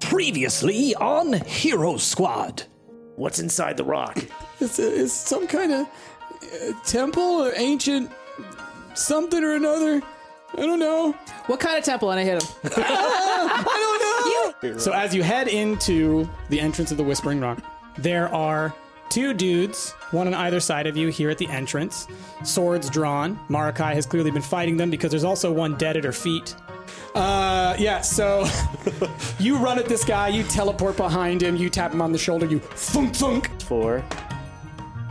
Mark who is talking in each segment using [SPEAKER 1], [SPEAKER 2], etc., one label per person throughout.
[SPEAKER 1] Previously on Hero Squad.
[SPEAKER 2] What's inside the rock?
[SPEAKER 3] It's, a, it's some kind of uh, temple or ancient something or another. I don't know.
[SPEAKER 4] What kind of temple? And I hit him.
[SPEAKER 3] I don't know.
[SPEAKER 5] So as you head into the entrance of the Whispering Rock, there are two dudes, one on either side of you here at the entrance, swords drawn. Marakai has clearly been fighting them because there's also one dead at her feet. Uh, yeah, so you run at this guy, you teleport behind him, you tap him on the shoulder, you thunk thunk.
[SPEAKER 2] Four.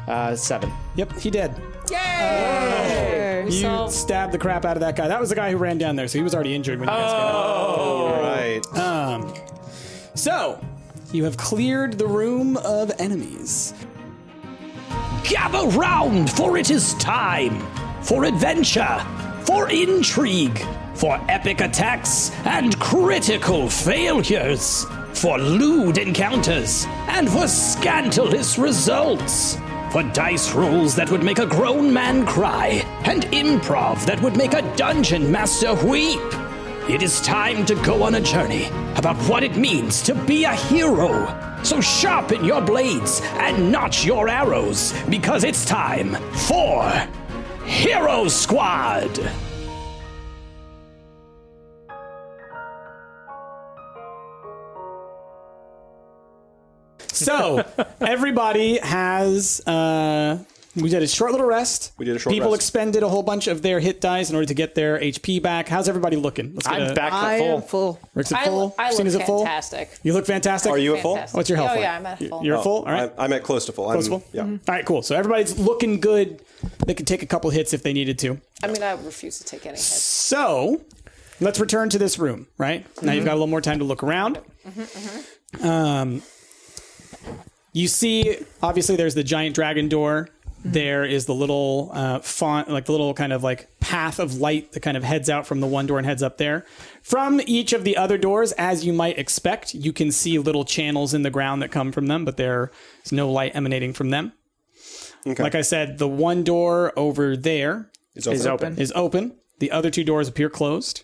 [SPEAKER 2] Uh, seven.
[SPEAKER 5] Yep, he dead.
[SPEAKER 4] Yay!
[SPEAKER 5] You
[SPEAKER 4] so
[SPEAKER 5] stabbed the crap out of that guy. That was the guy who ran down there, so he was already injured when you
[SPEAKER 6] Oh.
[SPEAKER 5] guys came out.
[SPEAKER 6] Right.
[SPEAKER 5] Um, so, you have cleared the room of enemies.
[SPEAKER 1] Gather round, for it is time for adventure, for intrigue, for epic attacks and critical failures, for lewd encounters and for scandalous results, for dice rolls that would make a grown man cry and improv that would make a dungeon master weep. It is time to go on a journey about what it means to be a hero. So sharpen your blades and notch your arrows because it's time for Hero Squad.
[SPEAKER 5] So, everybody has. Uh, we did a short little rest. We
[SPEAKER 6] did a short
[SPEAKER 5] People
[SPEAKER 6] rest.
[SPEAKER 5] expended a whole bunch of their hit dice in order to get their HP back. How's everybody looking? Let's get
[SPEAKER 2] I'm
[SPEAKER 5] a-
[SPEAKER 2] back to
[SPEAKER 3] I
[SPEAKER 2] full.
[SPEAKER 3] am full.
[SPEAKER 5] Rick's at
[SPEAKER 4] I,
[SPEAKER 5] full.
[SPEAKER 4] I look
[SPEAKER 5] Christina's at full.
[SPEAKER 4] fantastic.
[SPEAKER 5] You look fantastic.
[SPEAKER 6] Are you at full?
[SPEAKER 4] Fantastic.
[SPEAKER 5] What's your health
[SPEAKER 4] Oh
[SPEAKER 5] like?
[SPEAKER 4] yeah, I'm at full.
[SPEAKER 5] You're at full. All right.
[SPEAKER 6] I'm, I'm at close to full. I'm,
[SPEAKER 5] Close full? Mm-hmm.
[SPEAKER 6] Yeah.
[SPEAKER 5] All right, cool. So everybody's looking good. They could take a couple hits if they needed to.
[SPEAKER 4] I mean, I refuse to take any hits.
[SPEAKER 5] So let's return to this room, right? Now you've got a little more time to look around. Um, you see, obviously, there's the giant dragon door. There is the little uh, font, like the little kind of like path of light that kind of heads out from the one door and heads up there. From each of the other doors, as you might expect, you can see little channels in the ground that come from them, but there's no light emanating from them. Like I said, the one door over there
[SPEAKER 6] It's open.
[SPEAKER 5] is open. The other two doors appear closed.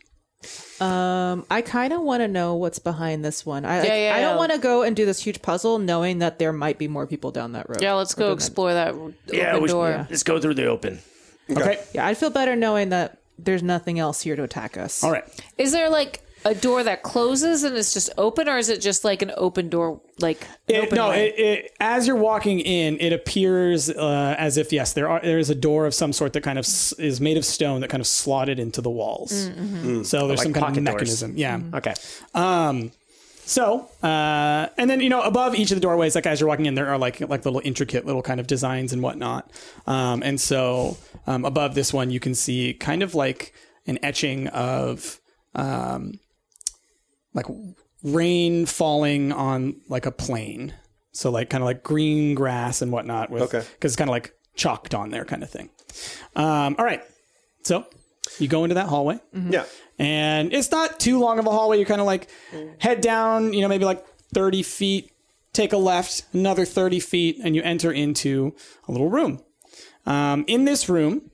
[SPEAKER 7] I kind of want to know what's behind this one. I, like,
[SPEAKER 4] yeah,
[SPEAKER 7] I don't
[SPEAKER 4] yeah.
[SPEAKER 7] want to go and do this huge puzzle knowing that there might be more people down that road.
[SPEAKER 4] Yeah, let's go explore that r-
[SPEAKER 2] yeah,
[SPEAKER 4] open
[SPEAKER 2] we should,
[SPEAKER 4] door.
[SPEAKER 2] let's go through the open.
[SPEAKER 5] Okay.
[SPEAKER 7] Yeah, I'd feel better knowing that there's nothing else here to attack us.
[SPEAKER 5] All right.
[SPEAKER 4] Is there like a door that closes and it's just open, or is it just like an open door? Like an
[SPEAKER 5] It-
[SPEAKER 4] open
[SPEAKER 5] no,
[SPEAKER 4] way?
[SPEAKER 5] it, it, as you're walking in, it appears uh, as if yes, there are there is a door of some sort that kind of s- is made of stone that kind of slotted into the walls. So there's some
[SPEAKER 2] Mm-hmm. like
[SPEAKER 5] kind of
[SPEAKER 2] pocket doors. Mm-hmm.
[SPEAKER 5] mechanism. Yeah.
[SPEAKER 2] Okay.
[SPEAKER 5] Um, so, uh, and then you know, above each of the doorways, like as you're walking in, there are like like little intricate little kind of designs and whatnot. Um, and so um, above this one, you can see kind of like an etching of um, like rain falling on like a plain. So like kind of like green grass and whatnot. With,
[SPEAKER 6] Okay.
[SPEAKER 5] Because it's kind of like chalked on there, kind of thing. Um, all right. So you go into that hallway
[SPEAKER 6] Yeah.
[SPEAKER 5] and it's not too long of a hallway. You're kind of like head down, you know, maybe like 30 feet, take a left, another 30 feet, and you enter into a little room. Um, in this room,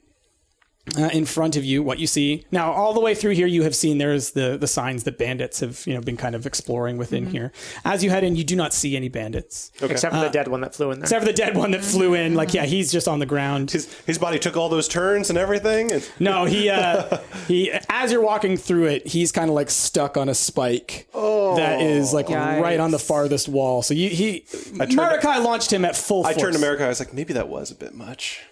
[SPEAKER 5] uh, in front of you, what you see now, all the way through here, you have seen there's the the signs that bandits have you know been kind of exploring within here. As you head in, you do not see any bandits
[SPEAKER 2] Except for the dead one that flew in there.
[SPEAKER 5] except for the dead one that flew in. Like, yeah, he's just on the ground.
[SPEAKER 6] His, his body took all those turns and everything. And
[SPEAKER 5] No, he uh, he. As you're walking through it, he's kind of like stuck on a spike that is like right on the farthest wall. So you, he Marakai launched him at full.
[SPEAKER 6] I
[SPEAKER 5] force.
[SPEAKER 6] turned to America. I was like, maybe that was a bit much.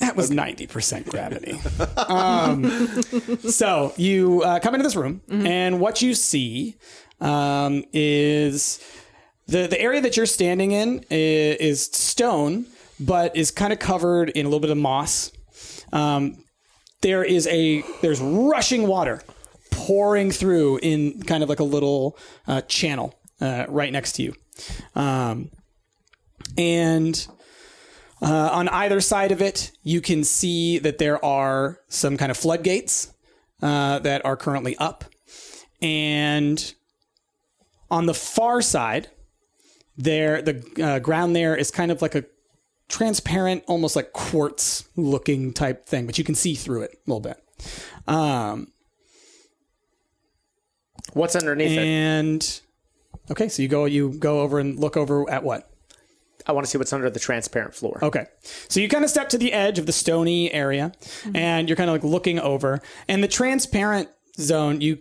[SPEAKER 5] That was ninety percent gravity. um, so you uh, come into this room, and what you see um, is the the area that you're standing in i- is, stone, but is kind of covered in a little bit of moss. Um, there is a there's rushing water pouring through in kind of like a little uh, channel uh, right next to you, um, and. Uh, on either side of it, you can see that there are some kind of floodgates uh, that are currently up. And on the far side, there the uh, ground there is kind of like a transparent, almost like quartz looking type thing, but you can see through it a little bit. Um,
[SPEAKER 2] What's underneath it?
[SPEAKER 5] And okay, so you go you go over and look over at what?
[SPEAKER 2] I want to see what's under the transparent floor.
[SPEAKER 5] Okay. So you kind of step to the edge of the stony area and you're kind of like looking over and the transparent zone you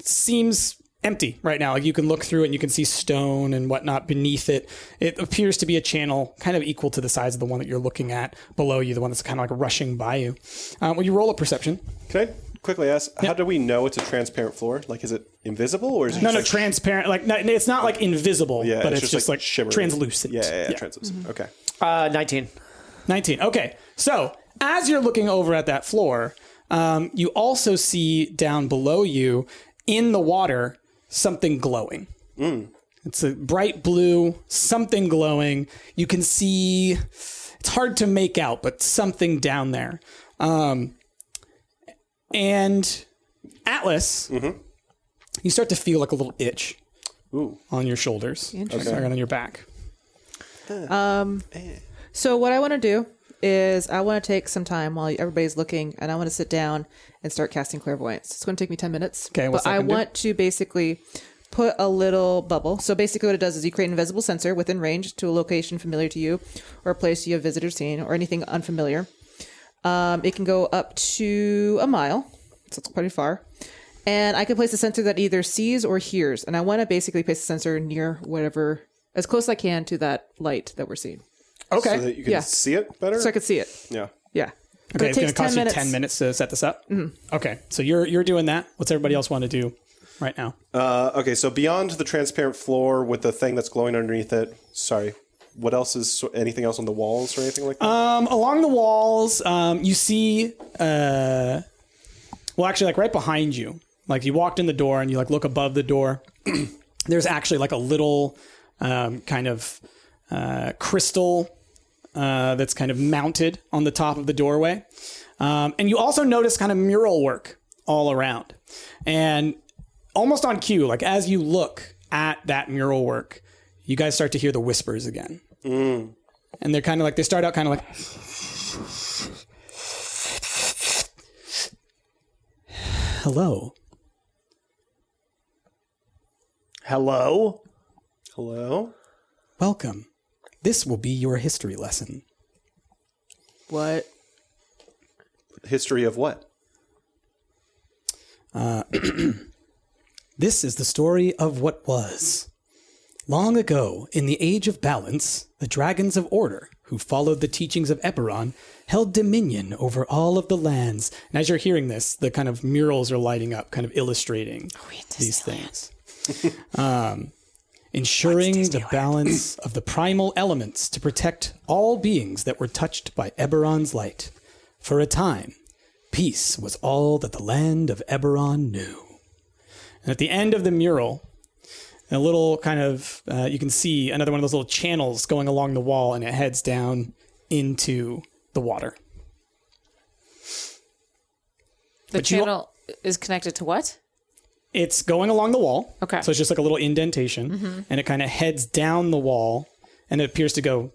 [SPEAKER 5] seems empty right now. Like you can look through it and you can see stone and whatnot beneath it. It appears to be a channel kind of equal to the size of the one that you're looking at below you, the one that's kind of like rushing by you. Um, when you roll a perception,
[SPEAKER 6] Can I quickly ask, how do we know it's a transparent floor? Like, is it invisible or is it
[SPEAKER 5] no,
[SPEAKER 6] just
[SPEAKER 5] no,
[SPEAKER 6] like-
[SPEAKER 5] transparent. Like no, it's not like invisible,
[SPEAKER 6] Yeah,
[SPEAKER 5] but it's, just, like,
[SPEAKER 6] shimmery.
[SPEAKER 5] translucent. Mm-hmm.
[SPEAKER 6] Yeah, yeah, yeah, translucent. Okay.
[SPEAKER 2] Uh, 19.
[SPEAKER 5] 19. Okay. So as you're looking over at that floor, um, you also see down below you in the water something glowing. It's a bright blue, something glowing. You can see, it's hard to make out, but something down there. Um, and Atlas, you start to feel like a little itch on your shoulders,
[SPEAKER 7] Interesting.
[SPEAKER 5] or on your back.
[SPEAKER 7] So what I want to do is I want to take some time while everybody's looking, and I want to sit down and start casting clairvoyance. It's going to take me ten minutes.
[SPEAKER 5] Okay, what's
[SPEAKER 7] but
[SPEAKER 5] that
[SPEAKER 7] I
[SPEAKER 5] gonna do?
[SPEAKER 7] want to basically put a little bubble. So basically, what it does is you create an invisible sensor within range to a location familiar to you, or a place you have visitor seen, or anything unfamiliar. Um, it can go up to a mile, so it's pretty far. And I can place a sensor that either sees or hears, and I want to basically place a sensor near whatever, as close as I can to that light that we're seeing,
[SPEAKER 5] Okay.
[SPEAKER 6] So that you can
[SPEAKER 7] Yeah.
[SPEAKER 6] see it better?
[SPEAKER 7] so I could see it.
[SPEAKER 6] yeah.
[SPEAKER 7] Yeah. But
[SPEAKER 5] Okay, it's going to cost you ten minutes Mm-hmm. to set this up. Okay, so you're you're doing that. What's everybody else want to do right now?
[SPEAKER 6] Uh, okay, so beyond the transparent floor with the thing that's glowing underneath it, sorry, what else is anything else on the walls or anything like that?
[SPEAKER 5] Um, along the walls, um, you see. Uh, well, actually, like right behind you, like you walked in the door and you like look above the door. there's actually like a little um, kind of uh, crystal uh, that's kind of mounted on the top of the doorway. Um, and you also notice kind of mural work all around. And almost on cue, like as you look at that mural work, you guys start to hear the whispers again. And they're kind of like, they start out kind of like. Hello.
[SPEAKER 2] Hello?
[SPEAKER 6] Hello?
[SPEAKER 5] Welcome. This will be your history lesson.
[SPEAKER 7] What?
[SPEAKER 6] History of what?
[SPEAKER 5] This is the story of what was. Long ago, in the Age of Balance, the Dragons of Order, who followed the teachings of Eberron, held dominion over all of the lands. And as you're hearing this, the kind of murals are lighting up, kind of illustrating these things. um, ensuring the balance of the primal elements to protect all beings that were touched by Eberron's light. For a time, peace was all that the land of Eberron knew. And at the end of the mural, a little kind of uh, you can see another one of those little channels going along the wall, and it heads down into the water.
[SPEAKER 4] The
[SPEAKER 5] you-
[SPEAKER 4] channel is connected to what?
[SPEAKER 5] It's going along the wall.
[SPEAKER 4] Okay.
[SPEAKER 5] So it's just like a little indentation, and it kind of heads down the wall, and it appears to go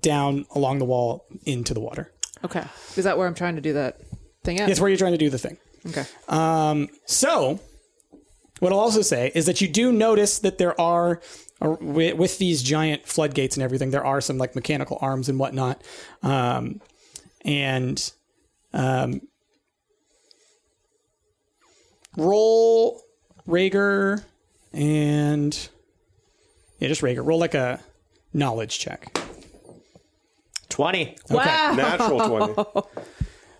[SPEAKER 5] down along the wall into the water.
[SPEAKER 4] Okay.
[SPEAKER 7] Is that where I'm trying to do that thing at?
[SPEAKER 5] It's where you're trying to do the thing. Um,
[SPEAKER 7] Okay.
[SPEAKER 5] So, what I'll also say is that you do notice that there are, uh, wi- with these giant floodgates and everything, there are some like mechanical arms and whatnot. Um, and um, roll Rager and. Yeah, just Rager. Roll like a knowledge check.
[SPEAKER 2] 20.
[SPEAKER 7] Wow.
[SPEAKER 6] Natural 20.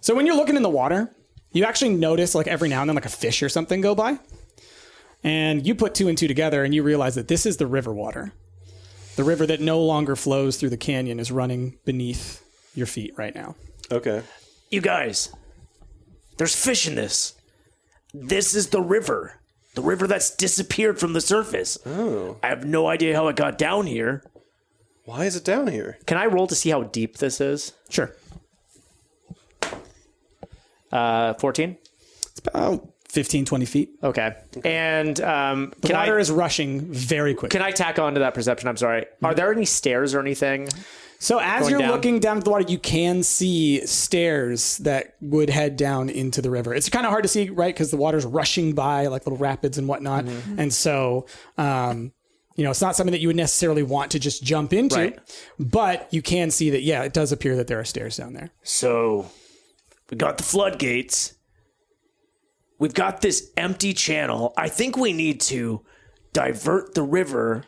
[SPEAKER 5] So when you're looking in the water, you actually notice like every now and then like a fish or something go by. And you put two and two together and you realize that this is the river water. The river that no longer flows through the canyon is running beneath your feet right now.
[SPEAKER 6] Okay.
[SPEAKER 2] You guys, there's fish in this. This is the river. The river that's disappeared from the surface. Oh. I have no idea how it got down here.
[SPEAKER 6] Why is it down here?
[SPEAKER 2] Can I roll to see how deep this is?
[SPEAKER 5] Sure.
[SPEAKER 2] Uh, 14?
[SPEAKER 5] It's about 15, 20 feet.
[SPEAKER 2] Okay. And um, can,
[SPEAKER 5] Water
[SPEAKER 2] I,
[SPEAKER 5] is rushing very quickly. Mm-hmm.
[SPEAKER 2] can I tack on to that perception? I'm sorry. Are there any stairs or anything?
[SPEAKER 5] So as
[SPEAKER 2] Going
[SPEAKER 5] you're
[SPEAKER 2] down.
[SPEAKER 5] looking down at the water, you can see stairs that would head down into the river. It's kind of hard to see, right? Because the water's rushing by like little rapids and whatnot.
[SPEAKER 2] Mm-hmm.
[SPEAKER 5] And so, um, you know, it's not something that you would necessarily want to just jump into,
[SPEAKER 2] Right.
[SPEAKER 5] but you can see that, yeah, it does appear that there are stairs down there.
[SPEAKER 2] So we got the floodgates. We've got this empty channel. I think we need to divert the river,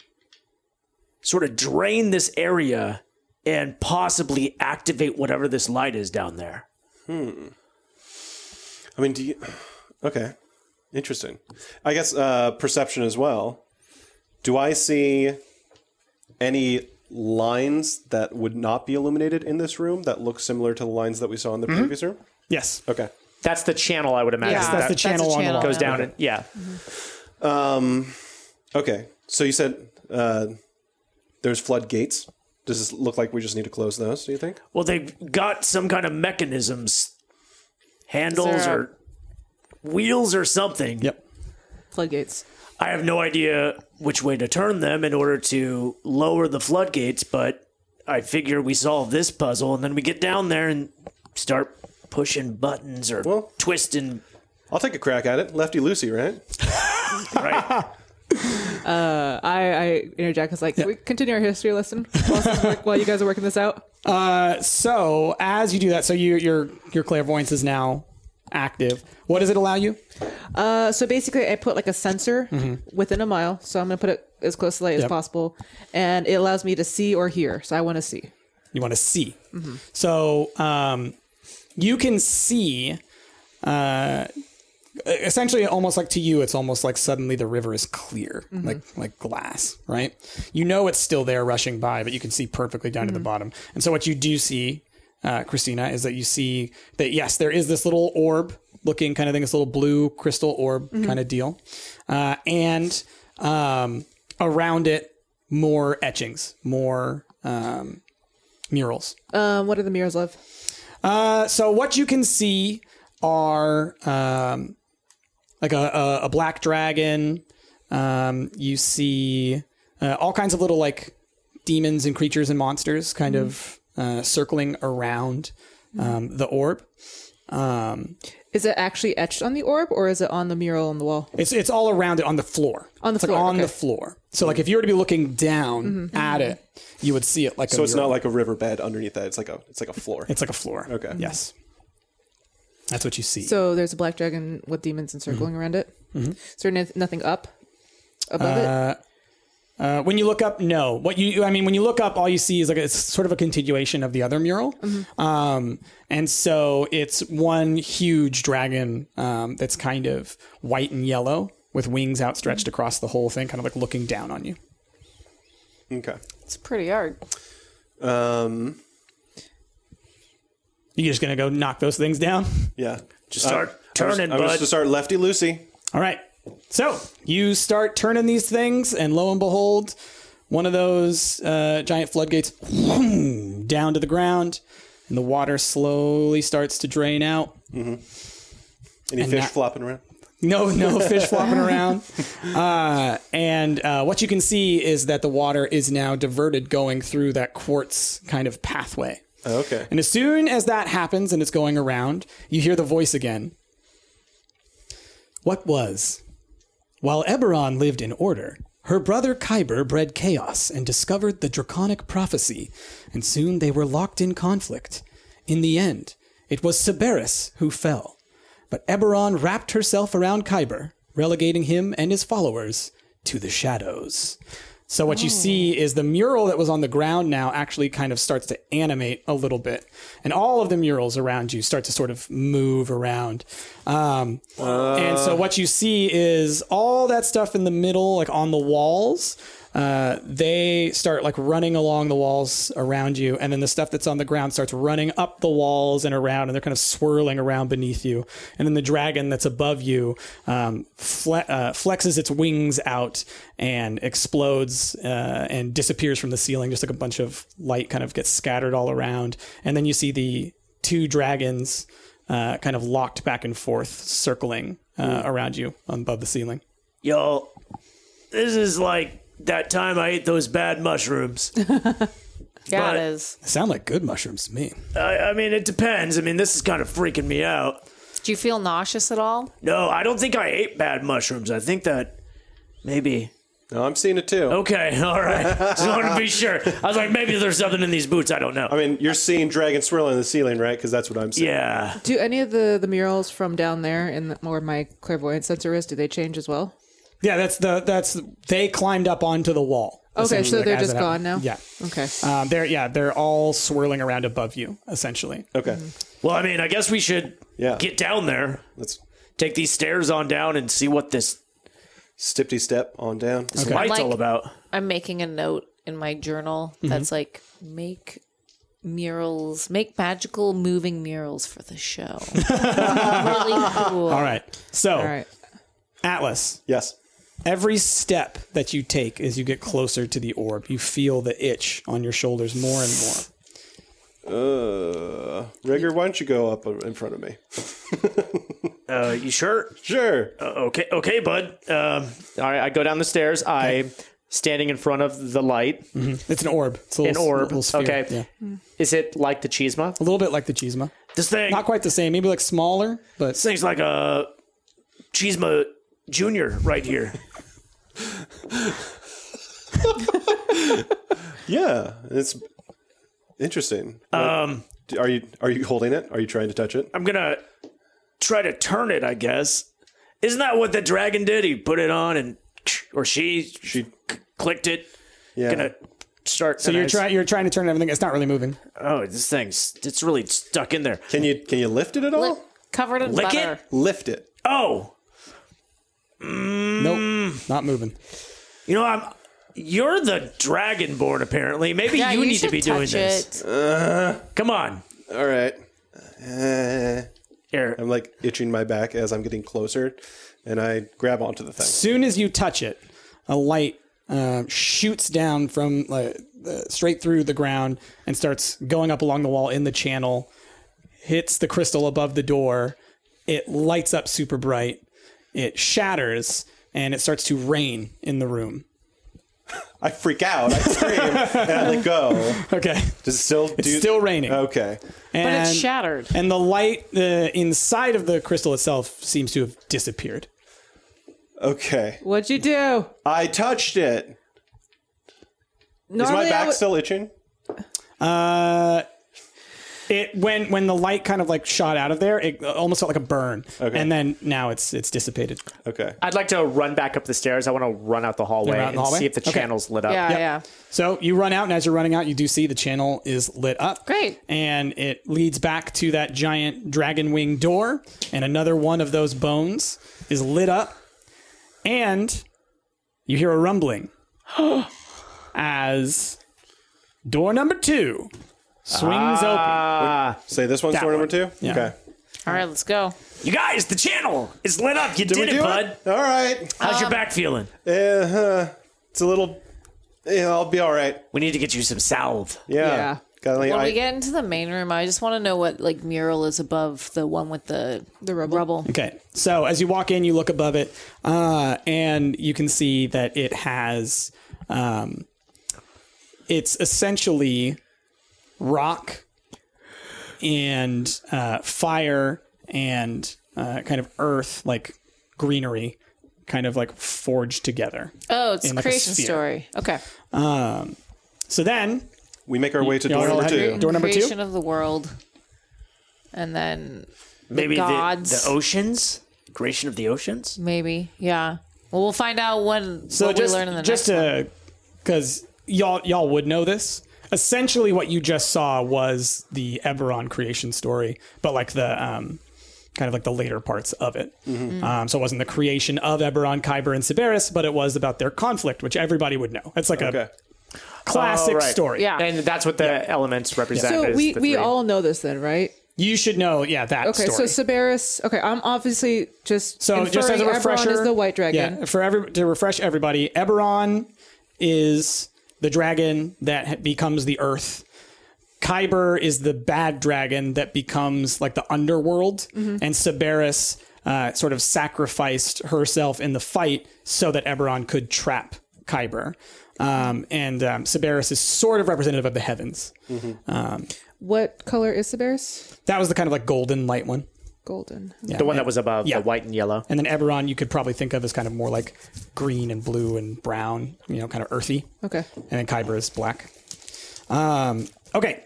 [SPEAKER 2] sort of drain this area, and possibly activate whatever this light is down there.
[SPEAKER 6] I mean, do you? Okay, interesting. I guess uh, perception as well. Do I see any lines that would not be illuminated in this room that look similar to the lines that we saw in the previous room?
[SPEAKER 5] Yes.
[SPEAKER 6] Okay.
[SPEAKER 8] That's the channel I would imagine.
[SPEAKER 5] that's
[SPEAKER 8] that
[SPEAKER 5] the channel on the wall.
[SPEAKER 8] goes down. And, yeah.
[SPEAKER 6] Um, Okay. So you said uh, there's floodgates. Does this look like we just need to close those? Do you think?
[SPEAKER 2] Well, they've got some kind of mechanisms, handles
[SPEAKER 4] Is there a-
[SPEAKER 2] or wheels or something.
[SPEAKER 5] Yep.
[SPEAKER 7] Floodgates.
[SPEAKER 2] I have no idea which way to turn them in order to lower the floodgates, but I figure we solve this puzzle and then we get down there and start pushing buttons or
[SPEAKER 6] Well-
[SPEAKER 2] twisting.
[SPEAKER 6] I'll take a crack at it. Lefty loosey, right?
[SPEAKER 2] Right?
[SPEAKER 7] I, I interject. It's like, can we continue our history lesson while, this is work- while you guys are working this out?
[SPEAKER 5] Uh, So as you do that, so you, your your clairvoyance is now active. What does it allow you?
[SPEAKER 7] Uh, so basically, I put like a sensor within a mile. So I'm going to put it as close to light as
[SPEAKER 5] Mm-hmm. Yep.
[SPEAKER 7] possible. And it allows me to see or hear. So I want to see.
[SPEAKER 5] you want to see. So um, you can see, uh, essentially, almost like to you, it's almost like suddenly the river is clear, like like glass, right? You know it's still there, rushing by, but you can see perfectly down to the bottom. And so what you do see, uh, Christina, is that you see that yes, there is this little orb looking kind of thing, this little blue crystal orb kind of deal, uh, and um, around it more etchings, more um, murals.
[SPEAKER 7] Um, what are the mirrors of?
[SPEAKER 5] Uh, so what you can see are um, like a, a, a black dragon. Um, you see uh, all kinds of little like demons and creatures and monsters kind of uh, circling around um, the orb. Um,
[SPEAKER 7] Is it actually etched on the orb or is it on the mural on the wall?
[SPEAKER 5] it's it's all around it on the floor.
[SPEAKER 7] On the
[SPEAKER 5] It's, like,
[SPEAKER 7] floor,
[SPEAKER 5] on
[SPEAKER 7] okay. Mm-hmm,
[SPEAKER 5] the floor. So like if you were to be looking down at it, you would see it like.
[SPEAKER 6] So it's not like a riverbed underneath that. It's like a it's like a floor.
[SPEAKER 5] it's like a floor.
[SPEAKER 6] Okay.
[SPEAKER 5] Yes. That's what you see.
[SPEAKER 7] So there's a black dragon with demons encircling
[SPEAKER 5] Mm-hmm.
[SPEAKER 7] around it. Is there no- nothing up above it?
[SPEAKER 5] Uh, when you look up, no. What you, I mean, when you look up, all you see is like it's sort of a continuation of the other mural, um, and so it's one huge dragon um, that's kind of white and yellow with wings outstretched across the whole thing, kind of like looking down on you.
[SPEAKER 6] okay.
[SPEAKER 4] It's pretty hard.
[SPEAKER 6] Um,
[SPEAKER 5] You're just gonna go knock those things down.
[SPEAKER 6] yeah. Uh,
[SPEAKER 2] Just start
[SPEAKER 6] I'm
[SPEAKER 2] turning,
[SPEAKER 6] just- I'm
[SPEAKER 2] bud.
[SPEAKER 6] just to start lefty loosey.
[SPEAKER 5] All right. So you start turning these things, and lo and behold, one of those uh, giant floodgates down to the ground, and the water slowly starts to drain out.
[SPEAKER 6] Any fish
[SPEAKER 5] that-
[SPEAKER 6] flopping around?
[SPEAKER 5] No, no fish flopping around. Uh, and uh, what you can see is that the water is now diverted going through that quartz kind of pathway.
[SPEAKER 6] Oh, okay.
[SPEAKER 5] And as soon as that happens and it's going around, you hear the voice again. What was? While Eberron lived in order, her brother Kyber bred chaos and discovered the draconic prophecy, and soon they were locked in conflict. In the end, it was Sibaris who fell. But Eberron wrapped herself around Kyber, relegating him and his followers to the shadows. So what you see is the mural that was on the ground now actually kind of starts to animate a little bit, and all of the murals around you start to sort of move around. Um, and so what you see is all that stuff in the middle, like on the walls. Uh, they start like running along the walls around you, and then the stuff that's on the ground starts running up the walls and around, and they're kind of swirling around beneath you. And then the dragon that's above you um, fle- uh, flexes its wings out and explodes uh, and disappears from the ceiling. Just like a bunch of light kind of gets scattered all around, and then you see the two dragons uh, kind of locked back and forth, circling uh, around you above the ceiling.
[SPEAKER 2] Yo, this is like that time I ate those bad mushrooms.
[SPEAKER 4] Yeah,
[SPEAKER 2] But-
[SPEAKER 4] it is.
[SPEAKER 5] They sound like good mushrooms to me.
[SPEAKER 2] I, I mean, it depends. I mean, this is kind of freaking me out.
[SPEAKER 4] Do you feel nauseous at all?
[SPEAKER 2] No, I don't think I ate bad mushrooms. I think that maybe.
[SPEAKER 6] No, I'm seeing it too.
[SPEAKER 2] Okay, all right. Just wanted to be sure. I was like, maybe there's something in these boots. I don't know.
[SPEAKER 6] I mean, you're seeing dragon swirling in the ceiling, right? Because that's what I'm seeing.
[SPEAKER 2] yeah.
[SPEAKER 7] Do any of the, the murals from down there in the, where my clairvoyant sensor is, do they change as well?
[SPEAKER 5] Yeah, that's the that's they climbed up onto the wall.
[SPEAKER 7] Okay,
[SPEAKER 5] essentially,
[SPEAKER 7] so
[SPEAKER 5] like,
[SPEAKER 7] they're
[SPEAKER 5] as
[SPEAKER 7] just
[SPEAKER 5] it happened.
[SPEAKER 7] gone now?
[SPEAKER 5] Yeah.
[SPEAKER 7] Okay.
[SPEAKER 5] Um, they're yeah, they're all swirling around above you, essentially.
[SPEAKER 6] Okay.
[SPEAKER 2] Well, I mean, I guess we should
[SPEAKER 6] Yeah.
[SPEAKER 2] get down there,
[SPEAKER 6] Let's
[SPEAKER 2] take these stairs on down, and see what this
[SPEAKER 6] stipty step on down.
[SPEAKER 5] Okay.
[SPEAKER 2] light's
[SPEAKER 4] Like-
[SPEAKER 2] all about.
[SPEAKER 4] I'm making a note in my journal
[SPEAKER 5] Mm-hmm.
[SPEAKER 4] that's like make murals, make magical moving murals for the show. really cool.
[SPEAKER 5] All right. So
[SPEAKER 7] All right.
[SPEAKER 5] Atlas,
[SPEAKER 6] Yes.
[SPEAKER 5] every step that you take as you get closer to the orb, you feel the itch on your shoulders more and more.
[SPEAKER 6] Uh, Rigger, why don't you go up in front of me?
[SPEAKER 2] Uh, you sure?
[SPEAKER 6] Sure.
[SPEAKER 2] Uh, okay, okay, bud. Um,
[SPEAKER 8] All right, I go down the stairs. I standing in front of the light.
[SPEAKER 5] It's an orb. It's a
[SPEAKER 8] An
[SPEAKER 5] little, s-
[SPEAKER 8] orb.
[SPEAKER 5] Little sphere.
[SPEAKER 8] Okay.
[SPEAKER 5] Yeah.
[SPEAKER 8] Is it like the Chisma?
[SPEAKER 5] A little bit like the Chisma.
[SPEAKER 2] this thing,
[SPEAKER 5] Not quite the same. Maybe like smaller, but
[SPEAKER 2] this thing's like a Cheesema Junior right here.
[SPEAKER 6] Yeah, it's interesting. Um, are you are you holding it? Are you trying to touch it?
[SPEAKER 2] I'm gonna try to turn it, I guess. Isn't that what the dragon did? He put it on and or she she
[SPEAKER 6] She,
[SPEAKER 2] clicked it.
[SPEAKER 6] yeah.
[SPEAKER 2] Gonna start.
[SPEAKER 5] so you're trying you're trying to turn everything. It's not really moving.
[SPEAKER 2] Oh, this thing's it's really stuck in there.
[SPEAKER 6] Can you can you lift it at all?
[SPEAKER 4] Li- covered in
[SPEAKER 2] Lick
[SPEAKER 4] butter.
[SPEAKER 6] Lift it.
[SPEAKER 2] Oh,
[SPEAKER 5] Nope.
[SPEAKER 8] Mm.
[SPEAKER 5] Not moving.
[SPEAKER 2] you know I'm. You're the dragonborn, apparently. Maybe
[SPEAKER 4] Yeah,
[SPEAKER 2] you, need to
[SPEAKER 4] should
[SPEAKER 2] be doing
[SPEAKER 4] touch
[SPEAKER 2] this.
[SPEAKER 4] it.
[SPEAKER 2] Come on,
[SPEAKER 6] All right. Uh,
[SPEAKER 2] here.
[SPEAKER 6] I'm like itching my back as I'm getting closer, and I grab onto the thing.
[SPEAKER 5] soon as you touch it, a light uh, shoots down from like uh, straight through the ground and starts going up along the wall in the channel. Hits the crystal above the door. It lights up super bright. It shatters and it starts to rain in the room.
[SPEAKER 6] I freak out. I scream and I let go.
[SPEAKER 5] Okay,
[SPEAKER 6] Does it still do?
[SPEAKER 5] it's still raining.
[SPEAKER 6] Okay.
[SPEAKER 5] and,
[SPEAKER 4] But it's shattered.
[SPEAKER 5] And the light uh, inside of the crystal itself seems to have disappeared.
[SPEAKER 6] Okay.
[SPEAKER 7] What'd you do?
[SPEAKER 6] I touched it. Is my
[SPEAKER 7] Normally, I
[SPEAKER 6] back
[SPEAKER 7] would-
[SPEAKER 6] still itching?
[SPEAKER 5] Uh, it when when the light kind of like shot out of there, it uh, almost felt like a burn.
[SPEAKER 6] Okay.
[SPEAKER 5] And then now it's it's dissipated.
[SPEAKER 6] Okay.
[SPEAKER 8] I'd like to run back up the stairs. I want to run out the hallway
[SPEAKER 5] Run out in the
[SPEAKER 8] and
[SPEAKER 5] hallway?
[SPEAKER 8] see if the
[SPEAKER 5] Okay.
[SPEAKER 8] channel's lit up.
[SPEAKER 4] Yeah,
[SPEAKER 5] Yep.
[SPEAKER 4] yeah.
[SPEAKER 5] So you run out, and as you're running out, you do see the channel is lit up.
[SPEAKER 4] Great.
[SPEAKER 5] And it leads back to that giant dragon wing door, and another one of those bones is lit up, and you hear a rumbling as door number two swings open.
[SPEAKER 6] Say this one's
[SPEAKER 5] That
[SPEAKER 6] door number
[SPEAKER 5] one.
[SPEAKER 6] two.
[SPEAKER 5] Yeah.
[SPEAKER 6] Okay.
[SPEAKER 4] All right, let's go.
[SPEAKER 2] You guys, the channel is lit up. You did,
[SPEAKER 6] we
[SPEAKER 2] it,
[SPEAKER 6] do
[SPEAKER 2] bud.
[SPEAKER 6] it? All right.
[SPEAKER 2] How's
[SPEAKER 4] Um,
[SPEAKER 2] your back feeling?
[SPEAKER 6] Uh, huh. It's a little. Yeah, I'll be all right.
[SPEAKER 2] We need to get you some salve.
[SPEAKER 6] Yeah.
[SPEAKER 7] Yeah.
[SPEAKER 6] Got any
[SPEAKER 4] When
[SPEAKER 6] eye-
[SPEAKER 4] we get into the main room, I just want to know what like mural is above the one with the the rubble.
[SPEAKER 5] Okay. So as you walk in, you look above it, uh, and you can see that it has. Um, it's essentially rock and uh, fire and uh, kind of earth, like greenery, kind of like forged together.
[SPEAKER 4] Oh, it's
[SPEAKER 5] In,
[SPEAKER 4] a
[SPEAKER 5] like, a
[SPEAKER 4] creation
[SPEAKER 5] sphere.
[SPEAKER 4] story. Okay.
[SPEAKER 5] So then,
[SPEAKER 6] we make our way to
[SPEAKER 5] y'all
[SPEAKER 6] door
[SPEAKER 5] all
[SPEAKER 6] number
[SPEAKER 5] had
[SPEAKER 6] two.
[SPEAKER 5] your- Door number two?
[SPEAKER 4] creation of the world, and then
[SPEAKER 2] Maybe the,
[SPEAKER 4] gods.
[SPEAKER 2] the oceans, creation of the oceans.
[SPEAKER 4] maybe yeah. Well, we'll find out when
[SPEAKER 5] so
[SPEAKER 4] what
[SPEAKER 5] just
[SPEAKER 4] we learn in the
[SPEAKER 5] just
[SPEAKER 4] next.
[SPEAKER 5] to, because y'all y'all would know this. Essentially, what you just saw was the Eberron creation story, but like the um, kind of like the later parts of it.
[SPEAKER 4] Mm-hmm.
[SPEAKER 5] Um, so it wasn't the creation of Eberron, Kyber, and Sibaris, but it was about their conflict, which everybody would know. It's like
[SPEAKER 6] Okay.
[SPEAKER 5] a classic
[SPEAKER 8] Oh, right.
[SPEAKER 5] story.
[SPEAKER 4] Yeah.
[SPEAKER 8] And that's what the elements represent.
[SPEAKER 7] So
[SPEAKER 8] is
[SPEAKER 7] we,
[SPEAKER 8] the
[SPEAKER 7] we
[SPEAKER 8] three.
[SPEAKER 7] all know this then, right?
[SPEAKER 5] you should know. Yeah, that
[SPEAKER 7] Okay,
[SPEAKER 5] story.
[SPEAKER 7] so Sabaris. Okay, I'm obviously just
[SPEAKER 5] So just as a
[SPEAKER 7] inferring
[SPEAKER 5] refresher,
[SPEAKER 7] Eberron is the white dragon.
[SPEAKER 5] Yeah, for every to refresh everybody, Eberron is the dragon that ha- becomes the Earth. Kyber is the bad dragon that becomes like the underworld,
[SPEAKER 7] Mm-hmm.
[SPEAKER 5] and Sabaris uh, sort of sacrificed herself in the fight so that Eberron could trap Kyber, um, and um, Sybaris is sort of representative of the heavens.
[SPEAKER 7] What color is Sibaris?
[SPEAKER 5] That was the kind of like golden light one.
[SPEAKER 7] Golden.
[SPEAKER 8] the one that was above,
[SPEAKER 5] Yeah.
[SPEAKER 8] the white and yellow.
[SPEAKER 5] And then Eberron, you could probably think of as kind of more like green and blue and brown, you know, kind of earthy.
[SPEAKER 7] Okay.
[SPEAKER 5] And then Kyber is black. Um, okay.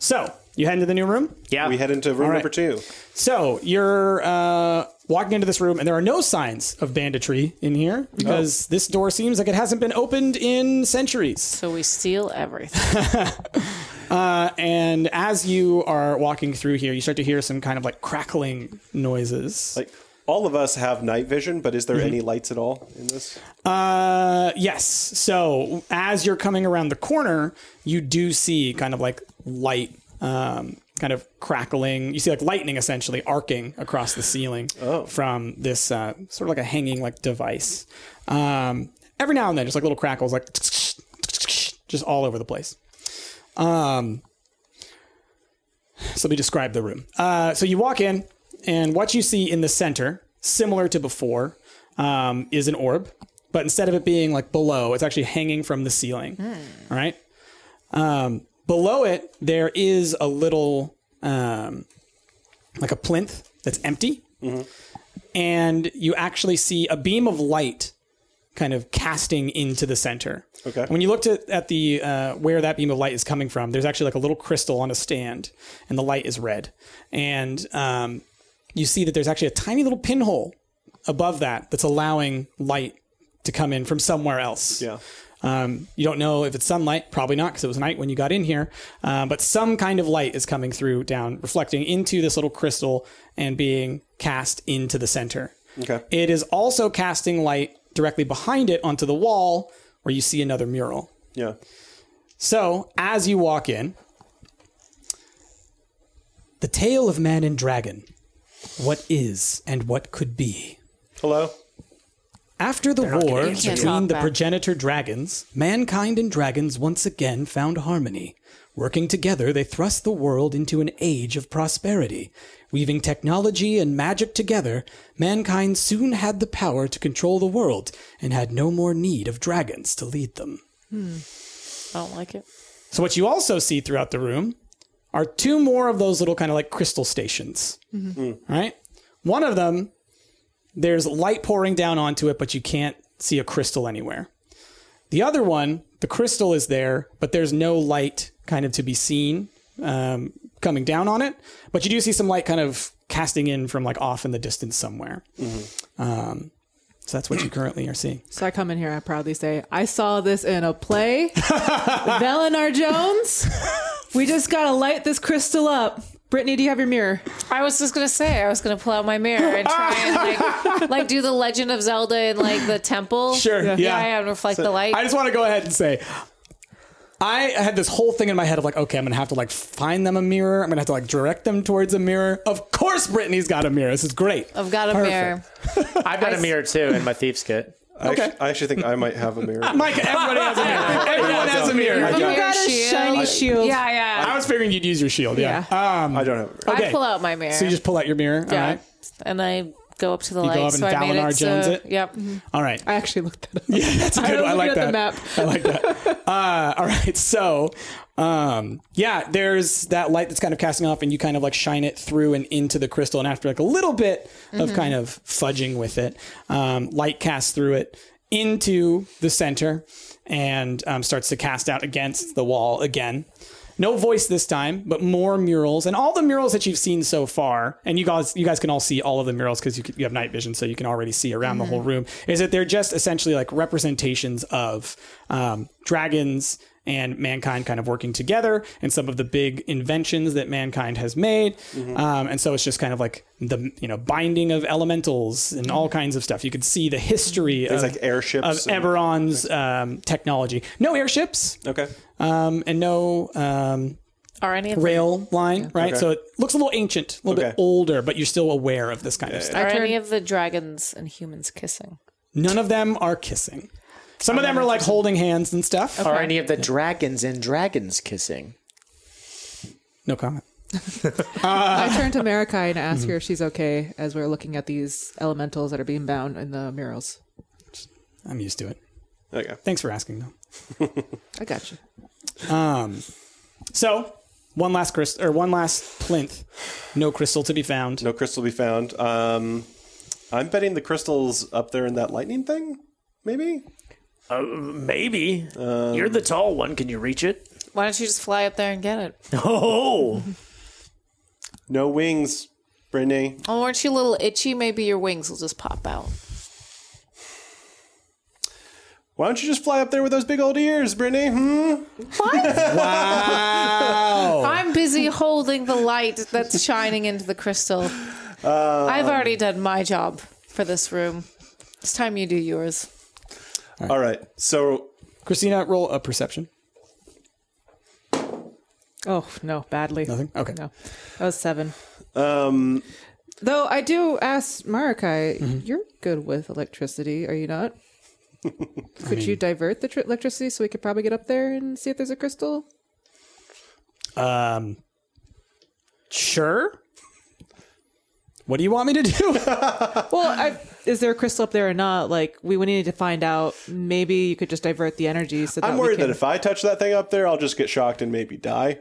[SPEAKER 5] So you head into the new room.
[SPEAKER 8] Yeah.
[SPEAKER 6] We head into room
[SPEAKER 5] right.
[SPEAKER 6] number two.
[SPEAKER 5] So you're uh, walking into this room, and there are no signs of banditry in here
[SPEAKER 8] Oh.
[SPEAKER 5] because this door seems like it hasn't been opened in centuries. Uh,
[SPEAKER 4] So we steal everything.
[SPEAKER 5] And as you are walking through here, you start to hear some kind of like crackling noises.
[SPEAKER 6] Like all of us have night vision, but is there
[SPEAKER 5] Mm-hmm.
[SPEAKER 6] any lights at all in this?
[SPEAKER 5] Uh, yes. So as you're coming around the corner, you do see kind of like light, um, kind of crackling. You see like lightning essentially arcing across the ceiling from this uh, sort of like a hanging like device. Um, every now and then, just like little crackles, like just all over the place. Um, so let me describe the room. Uh, so you walk in, and what you see in the center, similar to before, um, is an orb, but instead of it being like below, it's actually hanging from the ceiling. All right. Um, below it, there is a little, um, like a plinth that's empty, and you actually see a beam of light kind of casting into the center.
[SPEAKER 6] Okay.
[SPEAKER 5] And when you looked at, at the uh, where that beam of light is coming from, there's actually like a little crystal on a stand, and the light is red. And um, you see that there's actually a tiny little pinhole above that that's allowing light to come in from somewhere else.
[SPEAKER 6] Yeah.
[SPEAKER 5] Um, you don't know if it's sunlight, probably not, because it was night when you got in here. Uh, but some kind of light is coming through down, reflecting into this little crystal and being cast into the center.
[SPEAKER 6] Okay.
[SPEAKER 5] It is also casting light directly behind it onto the wall where you see another mural.
[SPEAKER 6] Yeah.
[SPEAKER 5] So, as you walk in, the tale of man and dragon what is and what could be.
[SPEAKER 6] Hello.
[SPEAKER 5] After the war
[SPEAKER 4] answer you.
[SPEAKER 5] between the
[SPEAKER 4] Talk back.
[SPEAKER 5] progenitor dragons, mankind and dragons once again found harmony. Working together, they thrust the world into an age of prosperity. Weaving technology and magic together, mankind soon had the power to control the world and had no more need of dragons to lead them.
[SPEAKER 4] I don't like it.
[SPEAKER 5] So what you also see throughout the room are two more of those little kind of like crystal stations. All Right? One of them, there's light pouring down onto it, but you can't see a crystal anywhere. The other one, the crystal is there, but there's no light kind of to be seen um, coming down on it. But you do see some light kind of casting in from like off in the distance somewhere. Um, so that's what you currently are seeing.
[SPEAKER 7] So I come in here, I proudly say, I saw this in a play. Velenar Jones, we just got to light this crystal up. Brittany, do you have your mirror?
[SPEAKER 4] I was just gonna say I was gonna pull out my mirror and try and like like do the Legend of Zelda in like the temple.
[SPEAKER 5] Sure, Yeah. yeah.
[SPEAKER 4] yeah, and reflect the light.
[SPEAKER 5] I just want to go ahead and say, I had this whole thing in my head of like, okay, I'm gonna have to like find them a mirror. I'm gonna have to like direct them towards a mirror. Of course, Brittany's got a mirror. This is great.
[SPEAKER 4] I've got a
[SPEAKER 5] Perfect.
[SPEAKER 4] mirror.
[SPEAKER 8] I've got a mirror too in my thief's kit.
[SPEAKER 6] I,
[SPEAKER 5] Okay.
[SPEAKER 6] actu- I actually think I might have a mirror.
[SPEAKER 5] Mike, everybody has a mirror. Everyone has a mirror.
[SPEAKER 6] I don't,
[SPEAKER 7] got Oh a shiny shield.
[SPEAKER 4] Yeah, yeah.
[SPEAKER 5] I was figuring you'd use your shield. Yeah. Um,
[SPEAKER 6] I don't have a mirror.
[SPEAKER 5] okay.
[SPEAKER 4] I pull out my mirror.
[SPEAKER 5] So you just pull out your mirror.
[SPEAKER 4] yeah.
[SPEAKER 5] All right.
[SPEAKER 4] and I go up to the
[SPEAKER 5] You go
[SPEAKER 4] light.
[SPEAKER 5] up and
[SPEAKER 4] so I made
[SPEAKER 5] Valinar
[SPEAKER 4] it. so-
[SPEAKER 5] Jones it?
[SPEAKER 4] Yep.
[SPEAKER 5] All right.
[SPEAKER 7] I actually looked that up.
[SPEAKER 5] Yeah, that's a good.
[SPEAKER 7] I
[SPEAKER 5] one. I
[SPEAKER 7] was
[SPEAKER 5] like
[SPEAKER 7] looking
[SPEAKER 5] that.
[SPEAKER 7] at the map.
[SPEAKER 5] I like that. Uh, all right, so um, yeah, there's that light that's kind of casting off, and you kind of like shine it through and into the crystal, and after like a little bit of kind of fudging with it, um, light casts through it into the center and um, starts to cast out against the wall again. No voice this time, but more murals, and all the murals that you've seen so far, and you guys, you guys can all see all of the murals because you, c- you have night vision, so you can already see around the whole
[SPEAKER 6] Mm-hmm.
[SPEAKER 5] room. Is that they're just essentially like representations of um, dragons and mankind kind of working together, and some of the big inventions that mankind has made,
[SPEAKER 6] Mm-hmm.
[SPEAKER 5] um, and so it's just kind of like the you know binding of elementals and all kinds of stuff. You could see the history of
[SPEAKER 6] Mm-hmm. like airships
[SPEAKER 5] of
[SPEAKER 6] and-
[SPEAKER 5] Eberron's um, technology. No airships,
[SPEAKER 6] Okay.
[SPEAKER 5] um, and no. Um,
[SPEAKER 4] Are any of them-
[SPEAKER 5] rail line, right? So it looks a little ancient, a little
[SPEAKER 6] Okay.
[SPEAKER 5] bit older, but you're still aware of this kind of stuff.
[SPEAKER 4] Are any of the dragons and humans kissing?
[SPEAKER 5] None of them are kissing. Some of them are like holding hands and stuff.
[SPEAKER 8] Are any of the dragons and dragons kissing?
[SPEAKER 5] No comment.
[SPEAKER 7] I turn to Marikai and ask her if she's okay as we're looking at these elementals that are being bound in the murals.
[SPEAKER 5] I'm used to it.
[SPEAKER 6] Okay.
[SPEAKER 5] Thanks for asking, though.
[SPEAKER 7] I got you.
[SPEAKER 5] So, one last crystal or one last plinth. No crystal to be found.
[SPEAKER 6] No crystal to be found. Um, I'm betting the crystal's up there in that lightning thing. Maybe.
[SPEAKER 2] Maybe. You're the tall one. Can you reach it?
[SPEAKER 4] Why don't you just fly up there and get it?
[SPEAKER 2] Oh,
[SPEAKER 6] No wings, Brittany.
[SPEAKER 4] Oh, aren't you a little itchy? Maybe your wings will just pop out.
[SPEAKER 6] Why don't you just fly up there with those big old ears, Brittany? Hmm?
[SPEAKER 5] Oh.
[SPEAKER 4] I'm busy holding the light that's shining into the crystal. I've
[SPEAKER 5] Um,
[SPEAKER 4] already done my job for this room. It's time you do yours.
[SPEAKER 6] All right. So
[SPEAKER 5] Christina, roll a perception.
[SPEAKER 7] Oh no, badly.
[SPEAKER 5] Nothing. Okay.
[SPEAKER 7] No, that was seven. Um, though I do ask Marakai, you're good with electricity, are you not? could you divert the tr- electricity so we could probably get up there and see if there's a crystal?
[SPEAKER 5] Um. Sure. What do you want me to do?
[SPEAKER 7] Well, I, is there a crystal up there or not? Like we would need to find out. Maybe you could just divert the energy. So that
[SPEAKER 6] I'm
[SPEAKER 7] we
[SPEAKER 6] worried
[SPEAKER 7] can-
[SPEAKER 6] that if I touch that thing up there, I'll just get shocked and maybe die.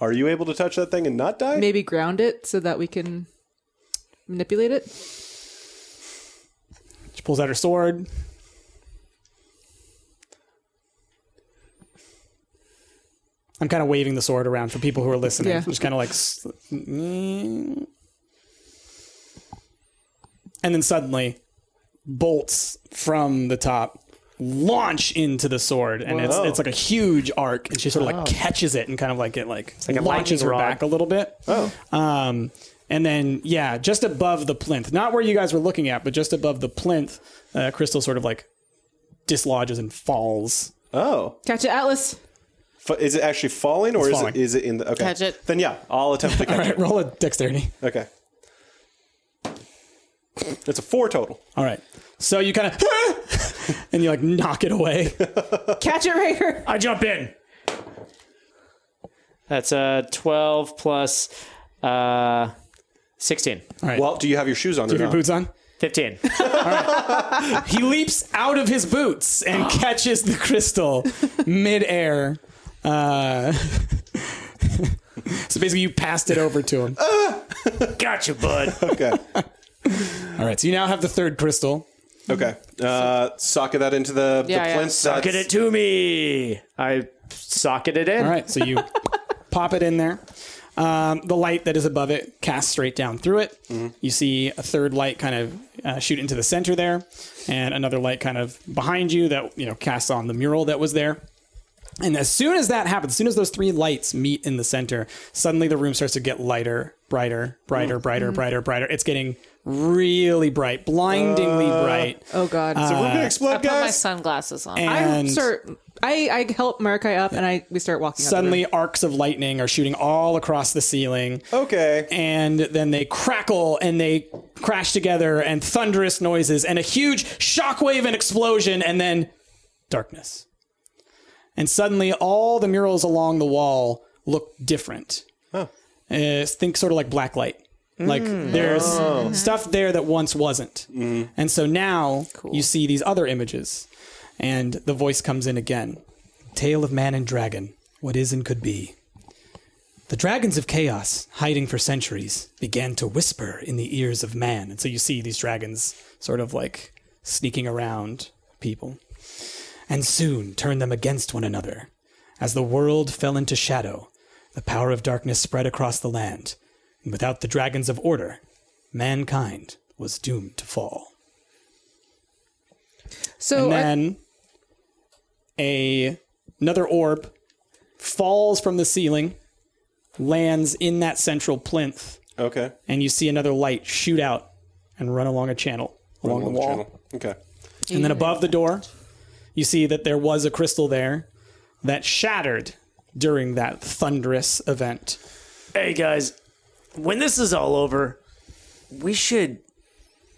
[SPEAKER 6] Are you able to touch that thing and not die?
[SPEAKER 7] maybe ground it so that we can manipulate it.
[SPEAKER 5] she pulls out her sword. I'm kind of waving the sword around for people who are listening.
[SPEAKER 7] Yeah.
[SPEAKER 5] Just kind of like. s- mm. And then suddenly, bolts from the top launch into the sword, and it's, it's like a huge arc, and she sort of like catches it and kind of like it like, launches her
[SPEAKER 2] lightning rod.
[SPEAKER 5] back a little bit. Oh. Um, and then yeah, just above the plinth, not where you guys were looking at, but just above the plinth, uh, Crystal sort of like dislodges and falls.
[SPEAKER 6] Oh,
[SPEAKER 7] Catch it, Atlas.
[SPEAKER 6] F- is it actually falling or
[SPEAKER 5] It's
[SPEAKER 6] is
[SPEAKER 5] falling.
[SPEAKER 6] it is it in the okay?
[SPEAKER 4] Catch it.
[SPEAKER 6] Then yeah, I'll attempt to catch
[SPEAKER 5] All right, roll a dexterity.
[SPEAKER 6] it. Okay. It's a four total.
[SPEAKER 5] All right, so you kind of and you like knock it away.
[SPEAKER 7] Catch it, Raider.
[SPEAKER 2] I jump in.
[SPEAKER 8] That's uh, 12 plus uh, 16.
[SPEAKER 6] Well, do you have your shoes on?
[SPEAKER 5] Do
[SPEAKER 6] or
[SPEAKER 5] you have
[SPEAKER 6] not?
[SPEAKER 5] your boots on?
[SPEAKER 8] 15.
[SPEAKER 5] He leaps out of his boots and catches the crystal midair. Uh, so basically, you passed it over to him.
[SPEAKER 2] Gotcha, bud.
[SPEAKER 6] Okay.
[SPEAKER 5] All right, so you now have the third crystal.
[SPEAKER 6] Okay. Uh, socket that into the,
[SPEAKER 4] Yeah,
[SPEAKER 6] the
[SPEAKER 4] yeah.
[SPEAKER 6] plinth.
[SPEAKER 2] Get it to me.
[SPEAKER 8] I socketed it in.
[SPEAKER 5] All right, so you pop it in there. Um, the light that is above it casts straight down through it. You see a third light kind of uh, shoot into the center there, and another light kind of behind you that you know casts on the mural that was there. And as soon as that happens, as soon as those three lights meet in the center, suddenly the room starts to get lighter, brighter, brighter, brighter, brighter, brighter. It's getting really bright, blindingly bright.
[SPEAKER 7] Oh God.
[SPEAKER 6] We're gonna
[SPEAKER 4] I
[SPEAKER 6] explode,
[SPEAKER 4] put my
[SPEAKER 6] guys.
[SPEAKER 4] sunglasses on.
[SPEAKER 7] I
[SPEAKER 5] Uh, And
[SPEAKER 7] start. I I help Marakai up, and I we start walking. out the room.
[SPEAKER 5] suddenly arcs of lightning are shooting all across the ceiling.
[SPEAKER 6] Okay.
[SPEAKER 5] and then they crackle and they crash together and thunderous noises and a huge shockwave and explosion and then darkness. And suddenly all the murals along the wall look different. Uh, think sort of like blacklight. Like there's stuff there that once wasn't. And so now you see these other images and the voice comes in again. Tale of man and dragon, what is and could be. The dragons of chaos, hiding for centuries, began to whisper in the ears of man. And so you see these dragons sort of like sneaking around people. And soon turned them against one another. As the world fell into shadow, the power of darkness spread across the land. And without the dragons of order, mankind was doomed to fall.
[SPEAKER 7] So
[SPEAKER 5] And
[SPEAKER 4] uh,
[SPEAKER 7] I-
[SPEAKER 5] then a another orb falls from the ceiling, lands in that central plinth,
[SPEAKER 6] Okay.
[SPEAKER 5] and you see another light shoot out and run along a channel along the wall.
[SPEAKER 6] Channel. Okay.
[SPEAKER 5] And then above the door, you see that there was a crystal there that shattered during that thunderous event.
[SPEAKER 2] Hey guys, when this is all over, we should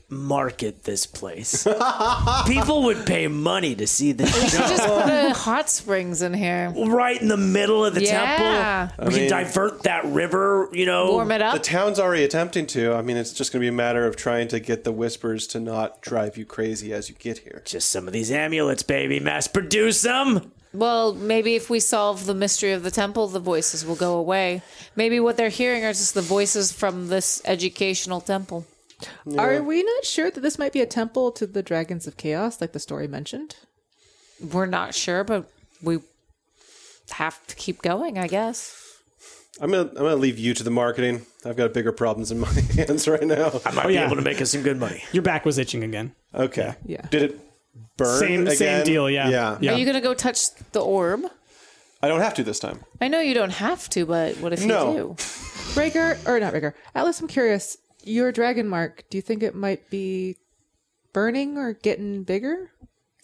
[SPEAKER 2] market this place. People would pay money to see this
[SPEAKER 4] You
[SPEAKER 2] show.
[SPEAKER 4] just put a hot springs in here.
[SPEAKER 2] Right in the middle of the
[SPEAKER 4] Yeah.
[SPEAKER 2] temple. We
[SPEAKER 6] mean-
[SPEAKER 2] can divert that river, you know.
[SPEAKER 4] Warm it
[SPEAKER 6] The
[SPEAKER 4] up.
[SPEAKER 6] town's already attempting to. I mean, it's just going to be a matter of trying to get the whispers to not drive you crazy as you get here.
[SPEAKER 2] Just some of these amulets, baby. Mass produce them.
[SPEAKER 4] Well, maybe if we solve the mystery of the temple, the voices will go away. Maybe what they're hearing are just the voices from this educational temple.
[SPEAKER 7] Are we not sure that this might be a temple to the dragons of chaos, like the story mentioned?
[SPEAKER 4] We're not sure, but we have to keep going, I guess.
[SPEAKER 6] I'm going to I'm gonna leave you to the marketing. I've got bigger problems in my hands right now.
[SPEAKER 2] I might be
[SPEAKER 5] yeah.
[SPEAKER 2] able to make us some good money.
[SPEAKER 5] Your back was itching again.
[SPEAKER 6] Okay.
[SPEAKER 7] Yeah.
[SPEAKER 6] Did it burn?
[SPEAKER 5] Same- same
[SPEAKER 6] again?
[SPEAKER 5] deal, yeah.
[SPEAKER 6] Yeah.
[SPEAKER 5] Yeah.
[SPEAKER 4] Are you going to go touch the orb?
[SPEAKER 6] I don't have to this time.
[SPEAKER 4] I know you don't have to, but what if
[SPEAKER 6] No.
[SPEAKER 4] you do?
[SPEAKER 7] Rager, or not Rager. Atlas, I'm curious. Your dragon mark, do you think it might be burning or getting bigger?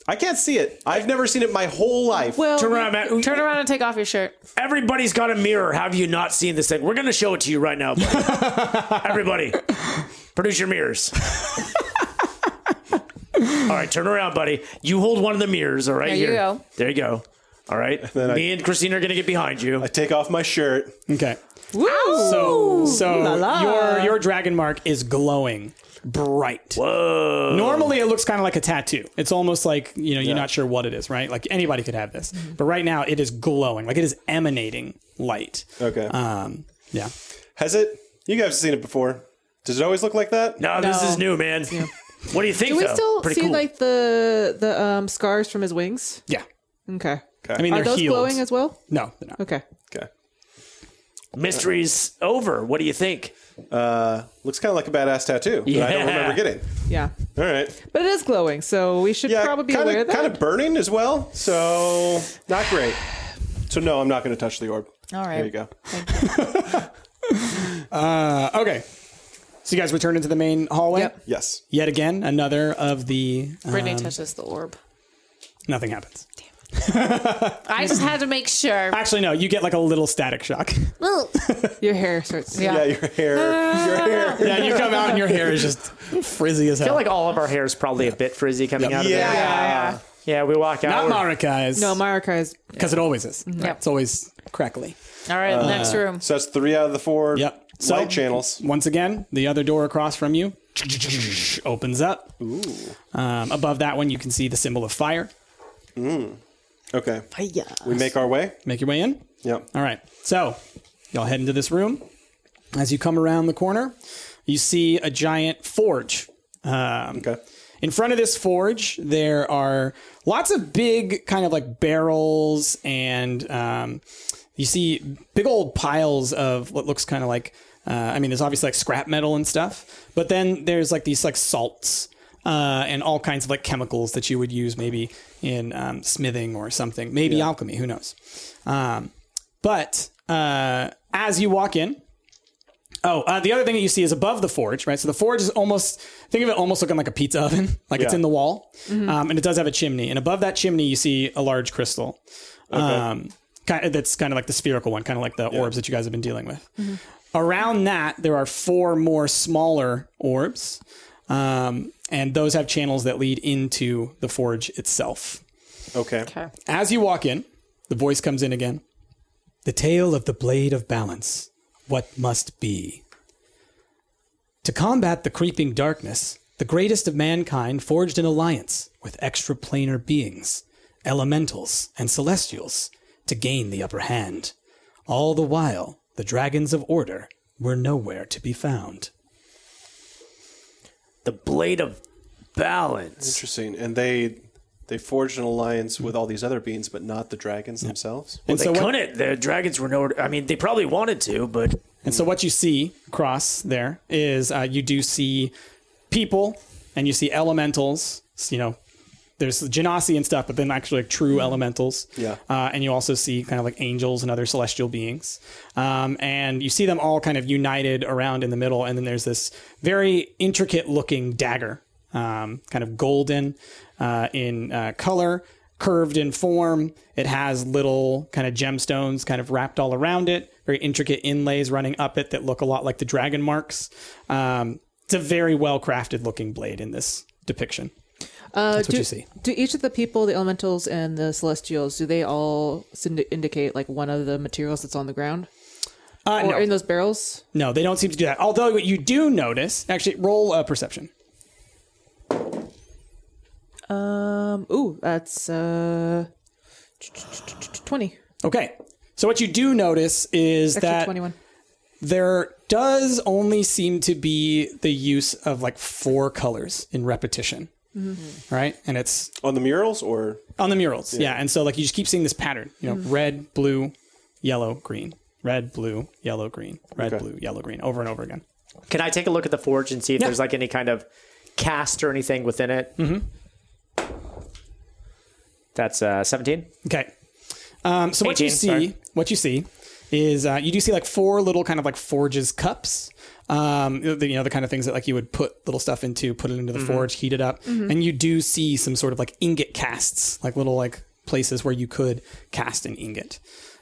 [SPEAKER 6] I can't see it. I've never seen it my whole life.
[SPEAKER 7] Well,
[SPEAKER 2] Turn around, Matt.
[SPEAKER 4] Turn around and take off your shirt.
[SPEAKER 2] Everybody's got a mirror. How have you not seen this thing? We're going to show it to you right now. buddy. Everybody, produce your mirrors. all right, turn around, buddy. You hold one of the mirrors, all right?
[SPEAKER 4] There you
[SPEAKER 2] here.
[SPEAKER 4] go.
[SPEAKER 2] There you go. All right.
[SPEAKER 6] I-
[SPEAKER 2] Me and Christina are going to get behind you.
[SPEAKER 6] I take off my shirt.
[SPEAKER 5] Okay.
[SPEAKER 7] Woo!
[SPEAKER 5] So, so
[SPEAKER 7] la.
[SPEAKER 5] your your dragon mark is glowing bright.
[SPEAKER 2] Whoa.
[SPEAKER 5] Normally, it looks kind of like a tattoo. It's almost like you know you're not sure what it is, right? Like anybody could have this,
[SPEAKER 7] Mm-hmm.
[SPEAKER 5] but right now it is glowing, like it is emanating light.
[SPEAKER 6] Okay.
[SPEAKER 5] Um, yeah.
[SPEAKER 6] Uh, Has it? You guys have seen it before. Does it always look like that?
[SPEAKER 2] No, this
[SPEAKER 7] No.
[SPEAKER 2] is new, man. What do you think?
[SPEAKER 7] do we
[SPEAKER 2] though?
[SPEAKER 7] still see
[SPEAKER 2] Pretty cool.
[SPEAKER 7] like the the um, scars from his wings?
[SPEAKER 5] Yeah.
[SPEAKER 7] Okay.
[SPEAKER 5] I mean,
[SPEAKER 7] Are
[SPEAKER 5] they're
[SPEAKER 7] those
[SPEAKER 5] healed.
[SPEAKER 7] glowing as well?
[SPEAKER 5] no, they're not.
[SPEAKER 7] Okay.
[SPEAKER 6] Okay.
[SPEAKER 2] mysteries over? What do you think?
[SPEAKER 6] Uh, looks kind of like a badass tattoo that I don't
[SPEAKER 2] Yeah.
[SPEAKER 6] remember getting.
[SPEAKER 7] Yeah.
[SPEAKER 6] All right.
[SPEAKER 7] But it is glowing, so we should
[SPEAKER 6] Yeah.
[SPEAKER 7] probably be
[SPEAKER 6] kinda,
[SPEAKER 7] aware of that.
[SPEAKER 6] Kind of burning as well. So not great. So no, I'm not going to touch the orb.
[SPEAKER 4] All right.
[SPEAKER 6] There you go.
[SPEAKER 5] Uh, okay. So you guys return into the main hallway.
[SPEAKER 7] Yep.
[SPEAKER 6] Yes.
[SPEAKER 5] Yet again, another of the uh,
[SPEAKER 4] Brittany
[SPEAKER 8] Um,
[SPEAKER 4] touches the orb.
[SPEAKER 5] nothing happens.
[SPEAKER 4] I just had to make sure.
[SPEAKER 5] Actually, no. You get like a little static shock.
[SPEAKER 4] Well,
[SPEAKER 7] Your hair starts.
[SPEAKER 4] yeah.
[SPEAKER 6] Yeah, your hair. Your hair.
[SPEAKER 5] yeah, you come out and your hair is just frizzy as
[SPEAKER 8] I
[SPEAKER 5] hell.
[SPEAKER 8] feel like all of our hair is probably a bit frizzy coming out of
[SPEAKER 6] Yeah.
[SPEAKER 8] there. Yeah, we walk out.
[SPEAKER 5] not
[SPEAKER 8] we're-
[SPEAKER 5] Marikai's.
[SPEAKER 7] No, Marika is.
[SPEAKER 5] because it always is.
[SPEAKER 4] Yep.
[SPEAKER 5] It's always crackly.
[SPEAKER 4] All right, next
[SPEAKER 8] uh,
[SPEAKER 4] room.
[SPEAKER 6] So that's three out of the four
[SPEAKER 5] Yep. So-
[SPEAKER 6] light channels.
[SPEAKER 5] Once again, the other door across from you opens up. Ooh. Um, above that one, you can see the symbol of fire.
[SPEAKER 6] Okay. We make our way.
[SPEAKER 5] Make your way in.
[SPEAKER 6] Yep.
[SPEAKER 5] All right. So, y'all head into this room. As you come around the corner, you see a giant forge. Um,
[SPEAKER 6] Okay.
[SPEAKER 5] In front of this forge, there are lots of big, kind of like barrels, and um, you see big old piles of what looks kind of like. Uh, I mean, there's obviously like scrap metal and stuff, but then there's like these like salts uh, and all kinds of like chemicals that you would use maybe in um, smithing or something, maybe alchemy, who knows. Um, but uh, as you walk in, Oh, uh, the other thing that you see is above the forge, right? So the forge is almost think of it almost looking like a pizza oven, like it's
[SPEAKER 6] Yeah.
[SPEAKER 5] in the wall, um, and it does have a chimney. And above that chimney, you see a large crystal, um, kind that's kind of like the spherical one, kind of like the orbs that you guys have been dealing with. Around that, there are four more smaller orbs, um, and those have channels that lead into the forge itself.
[SPEAKER 6] Okay.
[SPEAKER 5] As you walk in, the voice comes in again. The tale of the blade of balance. What must be. To combat the creeping darkness, the greatest of mankind forged an alliance with extraplanar beings, elementals, and celestials to gain the upper hand. All the while, the dragons of order were nowhere to be found.
[SPEAKER 2] The blade of balance.
[SPEAKER 6] Interesting. And they they forged an alliance with all these other beings, but not the dragons themselves.
[SPEAKER 5] And
[SPEAKER 2] They
[SPEAKER 5] so what-
[SPEAKER 2] couldn't. The dragons were nowhere. I mean, they probably wanted to, but
[SPEAKER 5] And so what you see across there is uh, you do see people and you see elementals. s- You know, there's the genasi and stuff, but then actually like true elementals.
[SPEAKER 6] Yeah.
[SPEAKER 5] Uh, and you also see kind of like angels and other celestial beings. Um, and you see them all kind of united around in the middle. And then there's this very intricate looking dagger, um, kind of golden uh, in uh, color, curved in form. It has little kind of gemstones kind of wrapped all around it, very intricate inlays running up it that look a lot like the dragon marks. Um, It's a very well crafted looking blade in this depiction.
[SPEAKER 7] Uh,
[SPEAKER 5] That's what
[SPEAKER 7] do,
[SPEAKER 5] you see.
[SPEAKER 7] Do each of the people, the elementals and the celestials, do they all sind- indicate like one of the materials that's on the ground
[SPEAKER 5] Uh,
[SPEAKER 7] or
[SPEAKER 5] no.
[SPEAKER 7] in those barrels?
[SPEAKER 5] no, they don't seem to do that. Although what you do notice, actually, roll uh, perception.
[SPEAKER 7] Um, ooh, that's uh, twenty.
[SPEAKER 5] Okay. So what you do notice is
[SPEAKER 7] Actually,
[SPEAKER 5] that
[SPEAKER 7] twenty-one.
[SPEAKER 5] there does only seem to be the use of like four colors in repetition. Right? And it's
[SPEAKER 6] On the murals or
[SPEAKER 5] on the murals. Yeah. And so like you just keep seeing this pattern, you know, red, blue, yellow, green, red, blue, yellow, green, red,
[SPEAKER 6] Okay.
[SPEAKER 5] blue, yellow, green over and over again.
[SPEAKER 8] Can I take a look at the forge and see if
[SPEAKER 5] Yeah.
[SPEAKER 8] there's like any kind of cast or anything within it? That's uh, 17.
[SPEAKER 5] Okay. Um, so what you
[SPEAKER 8] 18,
[SPEAKER 5] see,
[SPEAKER 8] sorry.
[SPEAKER 5] what you see, is uh, you do see like four little kind of like forges cups. Um, the, you know the kind of things that like you would put little stuff into, put it into
[SPEAKER 6] Mm-hmm.
[SPEAKER 5] the forge, heat it up, and you do see some sort of like ingot casts, like little like places where you could cast an ingot.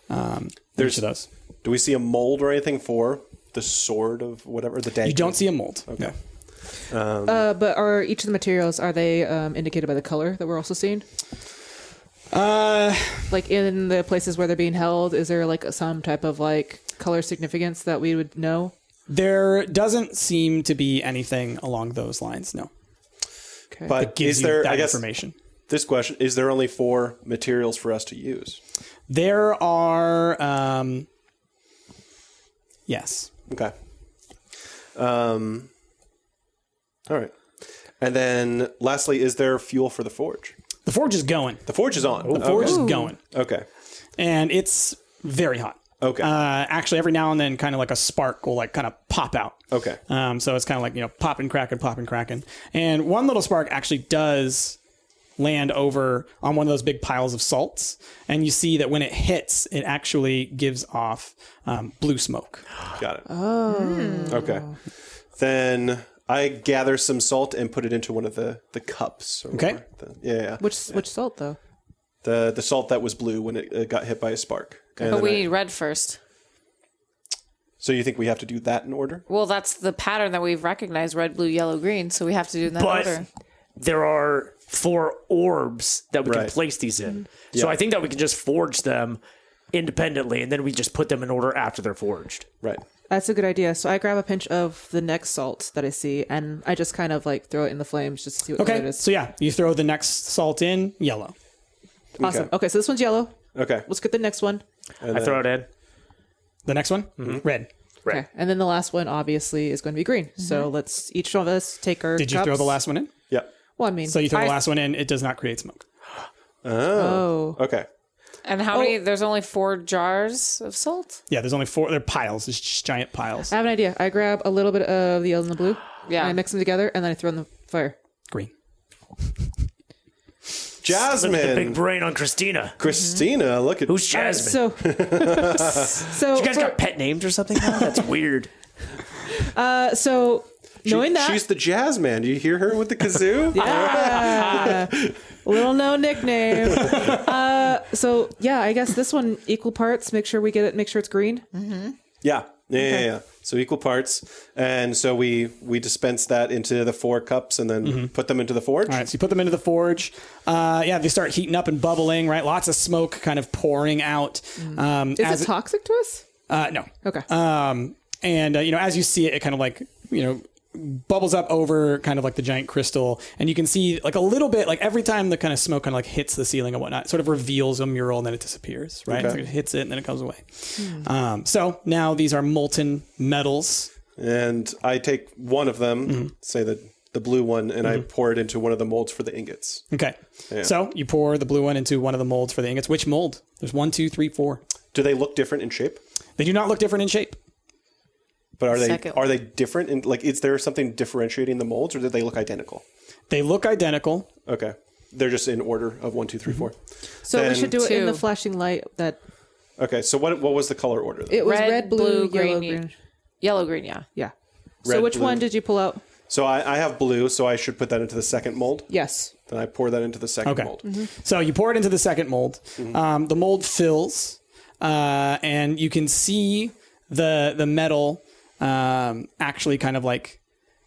[SPEAKER 5] Um, There's those.
[SPEAKER 6] do we see a mold or anything for the sword of whatever the dagger?
[SPEAKER 5] You don't see a mold. Okay.
[SPEAKER 7] Uh, but are each of the materials are they um, indicated by the color that we're also seeing?
[SPEAKER 5] Uh,
[SPEAKER 7] Like in the places where they're being held, is there like some type of like color significance that we would know?
[SPEAKER 5] there doesn't seem to be anything along those lines. No.
[SPEAKER 7] Okay.
[SPEAKER 6] But
[SPEAKER 5] Gives
[SPEAKER 6] is
[SPEAKER 5] you
[SPEAKER 6] there?
[SPEAKER 5] that
[SPEAKER 6] I guess
[SPEAKER 5] information.
[SPEAKER 6] this question is there only four materials for us to use?
[SPEAKER 5] There are. Um, yes.
[SPEAKER 6] Okay. Um. All right. And then, lastly, is there fuel for the forge?
[SPEAKER 5] The forge is going.
[SPEAKER 6] The forge is on.
[SPEAKER 5] The Oh, forge is going,
[SPEAKER 6] Okay.
[SPEAKER 5] and it's very hot.
[SPEAKER 6] Okay.
[SPEAKER 5] Uh, actually, every now and then, kind of like a spark will like kind of pop out.
[SPEAKER 6] Okay.
[SPEAKER 5] Um, so it's kind of like you know, popping, cracking, popping, cracking, and one little spark actually does land over on one of those big piles of salts, and you see that when it hits, it actually gives off um, blue smoke.
[SPEAKER 6] Got it. Oh. Okay. Then I gather some salt and put it into one of the the cups. Or
[SPEAKER 5] Okay.
[SPEAKER 6] whatever. The- yeah, yeah.
[SPEAKER 7] which which salt though?
[SPEAKER 6] the the salt that was blue when it uh, got hit by a spark. And
[SPEAKER 4] But
[SPEAKER 6] then
[SPEAKER 4] we
[SPEAKER 6] I-
[SPEAKER 4] need red first.
[SPEAKER 6] so you think we have to do that in order?
[SPEAKER 4] Well, that's the pattern that we've recognized: red, blue, yellow, green. So we have to do it in that
[SPEAKER 8] But-
[SPEAKER 4] order.
[SPEAKER 8] There are four orbs that we can
[SPEAKER 6] Right.
[SPEAKER 8] place these in. So
[SPEAKER 2] Mm-hmm.
[SPEAKER 6] Yeah.
[SPEAKER 8] I think that we can just forge them independently and then we just put them in order after they're forged.
[SPEAKER 6] Right.
[SPEAKER 7] That's a good idea. So I grab a pinch of the next salt that I see, and I just kind of like throw it in the flames just to see what color it
[SPEAKER 5] Okay,
[SPEAKER 7] is.
[SPEAKER 5] so yeah, you throw the next salt in yellow.
[SPEAKER 7] awesome. Okay. so this one's yellow.
[SPEAKER 6] Okay.
[SPEAKER 7] Let's get the next one.
[SPEAKER 8] I throw it in.
[SPEAKER 5] The next one,
[SPEAKER 7] Mm-hmm.
[SPEAKER 5] red.
[SPEAKER 8] Right.
[SPEAKER 7] Okay, and then the last one obviously is going to be green. So let's each of us take our.
[SPEAKER 5] Mm-hmm. Did you throw
[SPEAKER 7] cups.
[SPEAKER 5] the last one in?
[SPEAKER 6] Yeah.
[SPEAKER 7] Well, I mean,
[SPEAKER 5] So you throw
[SPEAKER 7] I-
[SPEAKER 5] the last one in. It does not create smoke.
[SPEAKER 7] Oh,
[SPEAKER 6] Okay.
[SPEAKER 4] And how many? There's only four jars of salt.
[SPEAKER 5] Yeah, there's only four. They're piles. It's just giant piles.
[SPEAKER 7] I have an idea. I grab a little bit of the yellow and the blue.
[SPEAKER 4] Yeah.
[SPEAKER 7] and I mix them together, and then I throw in the fire.
[SPEAKER 5] Green.
[SPEAKER 8] The big
[SPEAKER 6] Jasmine,
[SPEAKER 8] brain on Christina.
[SPEAKER 6] Christina, look at
[SPEAKER 8] Who's Jasmine?
[SPEAKER 7] Uh, So, so,
[SPEAKER 8] you guys
[SPEAKER 7] for-
[SPEAKER 8] got pet names or something? now? That's weird.
[SPEAKER 7] uh, so knowing that
[SPEAKER 6] she's the jazz man. Do you hear her with the kazoo? yeah.
[SPEAKER 7] Little known nickname. uh, so yeah, I guess this one equal parts. Make sure we get it. Make sure it's green.
[SPEAKER 6] Yeah. Yeah, yeah, yeah. So equal parts, and so we we dispense that into the four cups, and then
[SPEAKER 8] Mm-hmm.
[SPEAKER 6] put them into the forge.
[SPEAKER 5] All right, so you put them into the forge. Uh, yeah, they start heating up and bubbling. Right, lots of smoke kind of pouring out. Um,
[SPEAKER 7] Mm. Is
[SPEAKER 5] as
[SPEAKER 7] it toxic to us?
[SPEAKER 5] Uh, no.
[SPEAKER 7] Okay.
[SPEAKER 5] Um, and uh, you know, as you see it, it kind of like you know bubbles up over kind of like the giant crystal, and you can see like a little bit, like every time the kind of smoke kind of like hits the ceiling and whatnot, it sort of reveals a mural, and then it disappears. Right, It's
[SPEAKER 6] Okay.
[SPEAKER 5] like it hits it and then it goes away. Um, so now these are molten metals.
[SPEAKER 6] And I take one of them,
[SPEAKER 8] Mm-hmm.
[SPEAKER 6] say the the blue one, and I pour it into one of the molds for the ingots.
[SPEAKER 5] Okay. So you pour the blue one into one of the molds for the ingots. Which mold? There's one, two, three, four.
[SPEAKER 6] Do they look different in shape?
[SPEAKER 5] They do not look different in shape.
[SPEAKER 6] But are they
[SPEAKER 4] Second
[SPEAKER 6] are they different? In, like, is there something differentiating the molds, or do they look identical?
[SPEAKER 5] They look identical.
[SPEAKER 6] Okay, they're just in order of one, two, three, four.
[SPEAKER 7] Mm-hmm. So we
[SPEAKER 6] Then-
[SPEAKER 7] should do it in the
[SPEAKER 4] Two.
[SPEAKER 7] flashing light. That
[SPEAKER 6] Okay, so what what was the color order? Then?
[SPEAKER 7] it was red,
[SPEAKER 4] Red,
[SPEAKER 7] blue,
[SPEAKER 4] blue, green,
[SPEAKER 7] yellow,
[SPEAKER 4] ye-
[SPEAKER 7] green.
[SPEAKER 4] Yellow, green. Yeah.
[SPEAKER 7] Yeah. so
[SPEAKER 6] Red,
[SPEAKER 7] which
[SPEAKER 6] blue.
[SPEAKER 7] one did you pull out?
[SPEAKER 6] so I, I have blue, so I should put that into the second mold.
[SPEAKER 7] Yes.
[SPEAKER 6] Then I pour that into the second
[SPEAKER 5] Okay.
[SPEAKER 6] mold.
[SPEAKER 7] Mm-hmm.
[SPEAKER 6] Mm-hmm.
[SPEAKER 5] So you pour it into the second mold. Um, the mold fills, uh, and you can see the the metal um, actually kind of like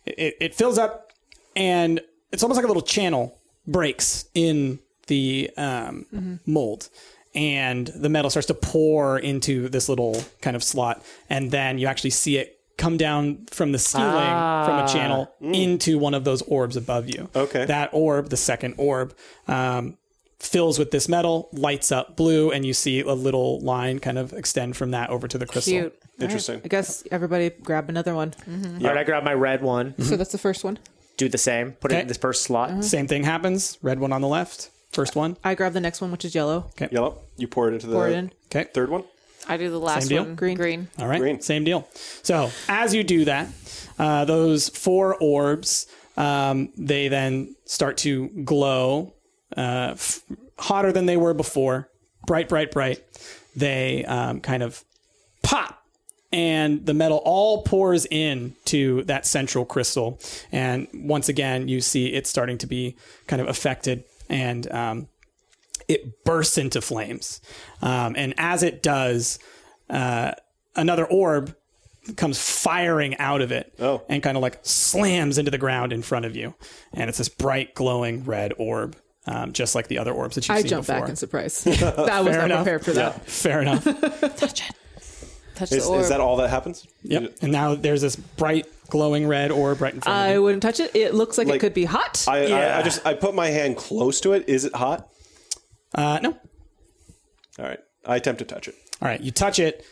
[SPEAKER 5] it, it fills up, and it's almost like a little channel breaks in the um, mold, and the metal starts to pour into this little kind of slot, and then you actually see it come down from the ceiling from a channel into one of those orbs above you.
[SPEAKER 6] Okay.
[SPEAKER 5] that orb, the second orb. Um, fills with this metal lights up blue and you see a little line kind of extend from that over to the crystal
[SPEAKER 4] Cute.
[SPEAKER 6] Interesting.
[SPEAKER 7] I guess everybody grab another one.
[SPEAKER 2] All right, I grab my red one.
[SPEAKER 7] So that's the first one.
[SPEAKER 2] Do the same. Put it
[SPEAKER 5] Okay. Mm-hmm.
[SPEAKER 2] in this first slot.
[SPEAKER 5] Same thing happens. Red one on the left. First one.
[SPEAKER 7] I grab the next one, which is yellow.
[SPEAKER 6] Yellow. You pour it into the
[SPEAKER 7] Pour it in.
[SPEAKER 5] Okay.
[SPEAKER 6] third one.
[SPEAKER 4] I do the last
[SPEAKER 5] Same deal?
[SPEAKER 4] one.
[SPEAKER 7] Green.
[SPEAKER 4] Green.
[SPEAKER 5] All right.
[SPEAKER 6] Green.
[SPEAKER 5] Same deal. So as you do that, uh, those four orbs, um, they then start to glow uh, f- hotter than they were before. Bright, bright, bright. They um, kind of pop and the metal all pours in to that central crystal and once again you see it starting to be kind of affected and um, it bursts into flames um, and as it does uh, another orb comes firing out of it
[SPEAKER 6] Oh.
[SPEAKER 5] and kind of like slams into the ground in front of you and it's this bright glowing red orb um, just like the other orbs that you've
[SPEAKER 7] I
[SPEAKER 5] seen
[SPEAKER 7] jump
[SPEAKER 5] before
[SPEAKER 7] back in surprise. that was not
[SPEAKER 5] enough.
[SPEAKER 7] prepared for that.
[SPEAKER 5] fair enough
[SPEAKER 4] Touch
[SPEAKER 6] Is,
[SPEAKER 4] the orb.
[SPEAKER 6] is that all that happens?
[SPEAKER 5] Yep. And now there's this bright glowing red orb right in front of
[SPEAKER 7] I
[SPEAKER 5] you.
[SPEAKER 7] wouldn't touch it. It looks like,
[SPEAKER 6] Like-
[SPEAKER 7] it could be hot.
[SPEAKER 6] I, I,
[SPEAKER 2] Yeah.
[SPEAKER 6] I just I put my hand close to it. Is it hot?
[SPEAKER 5] Uh, no. All
[SPEAKER 6] All right. I attempt to touch it.
[SPEAKER 7] Mm-hmm.
[SPEAKER 5] right. You touch it.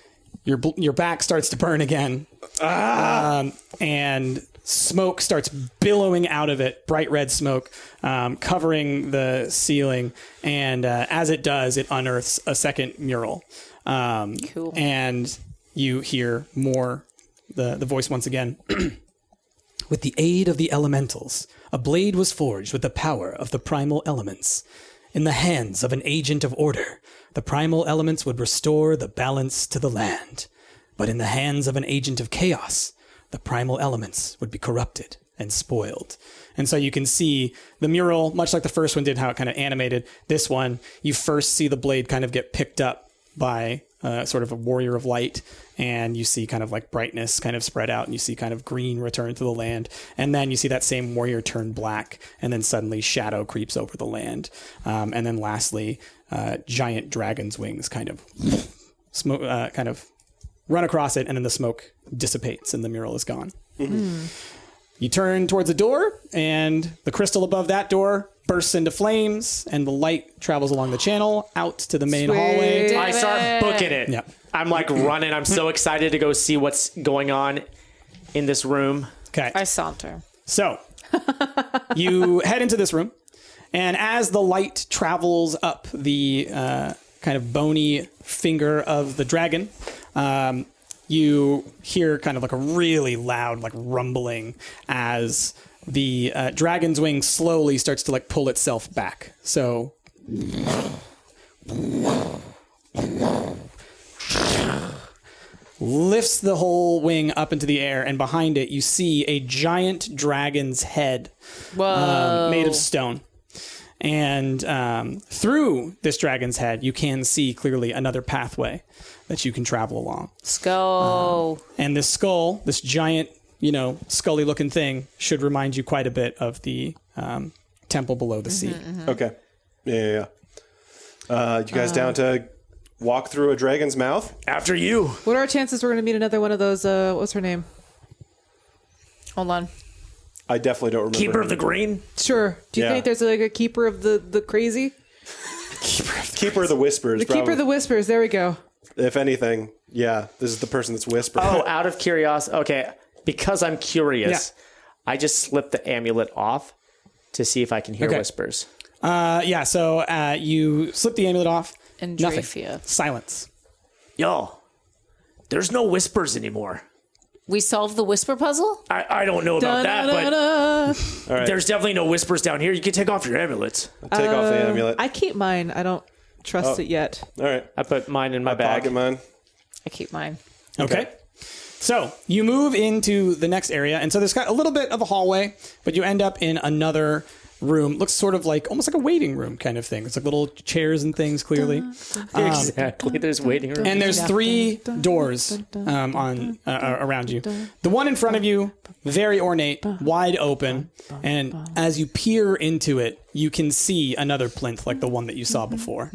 [SPEAKER 5] Your bl- your back starts to burn again. Um, and smoke starts billowing out of it. Bright red smoke um, covering the ceiling. And uh, as it does, it unearths a second mural. Um,
[SPEAKER 4] Cool.
[SPEAKER 5] And you hear more the, the voice once again. With the aid of the elementals, a blade was forged with the power of the primal elements. In the hands of an agent of order, the primal elements would restore the balance to the land. But in the hands of an agent of chaos, the primal elements would be corrupted and spoiled. And so you can see the mural, much like the first one did, how it kind of animated. This one, you first see the blade kind of get picked up by uh, sort of a warrior of light, and you see kind of like brightness kind of spread out, and you see kind of green return to the land, and then you see that same warrior turn black, and then suddenly shadow creeps over the land, um, and then lastly, uh, giant dragon's wings kind of smoke, uh, kind of run across it, and then the smoke dissipates, and the mural is gone. You turn towards the door, and the crystal above that door bursts into flames, and the light travels along the channel out to the main hallway.
[SPEAKER 2] I start booking it.
[SPEAKER 5] Yep.
[SPEAKER 2] I'm like running. I'm so excited to go see what's going on in this room.
[SPEAKER 5] Okay.
[SPEAKER 4] I saunter.
[SPEAKER 5] So you head into this room, and as the light travels up the uh, kind of bony finger of the dragon, um, you hear kind of like a really loud like rumbling as the uh, dragon's wing slowly starts to like pull itself back. So lifts the whole wing up into the air, and behind it, you see a giant dragon's head
[SPEAKER 4] Uh,
[SPEAKER 5] um, made of stone. And um, through this dragon's head, you can see clearly another pathway that you can travel along.
[SPEAKER 4] Let's go.
[SPEAKER 5] And this skull, this giant, you know, scully looking thing, should remind you quite a bit of the um, temple below the sea.
[SPEAKER 6] Okay. Yeah. yeah, yeah. Uh, you guys down to walk through a dragon's mouth?
[SPEAKER 2] After you.
[SPEAKER 7] what are our chances we're going to meet another one of those? Uh, what was her name?
[SPEAKER 4] Hold on.
[SPEAKER 6] I definitely don't remember.
[SPEAKER 2] Keeper
[SPEAKER 6] her
[SPEAKER 2] of the
[SPEAKER 6] name.
[SPEAKER 2] green.
[SPEAKER 7] Sure. Do you
[SPEAKER 6] Yeah.
[SPEAKER 7] think there's like a keeper of the the crazy?
[SPEAKER 6] Keeper of the whispers.
[SPEAKER 7] The keeper of the whispers. There we go.
[SPEAKER 6] If anything, yeah, this is the person that's whispering.
[SPEAKER 2] Oh, out of curiosity. Okay, because I'm curious, I just slipped the amulet off to see if I can hear
[SPEAKER 5] Okay.
[SPEAKER 2] whispers.
[SPEAKER 5] Uh, yeah, so uh, you slip the amulet off. Nothing.
[SPEAKER 4] Andrefia.
[SPEAKER 5] Silence.
[SPEAKER 2] Y'all, there's no whispers anymore.
[SPEAKER 4] We solved the whisper puzzle?
[SPEAKER 2] I, I don't know about that, but there's definitely no whispers down here. You can take off your amulets.
[SPEAKER 6] Take off
[SPEAKER 2] uh,
[SPEAKER 6] the amulet.
[SPEAKER 7] I keep mine. I don't trust it yet.
[SPEAKER 6] All right.
[SPEAKER 2] I put mine in my bag.
[SPEAKER 6] Pocket mine.
[SPEAKER 4] I keep mine.
[SPEAKER 5] Okay. So you move into the next area, and so there's got a little bit of a hallway, but you end up in another room. Looks sort of like almost like a waiting room kind of thing. It's like little chairs and things clearly.
[SPEAKER 2] exactly. There's waiting room.
[SPEAKER 5] And there's three doors um, on uh, uh, around you. The one in front of you, very ornate, wide open, and as you peer into it, you can see another plinth like the one that you saw before.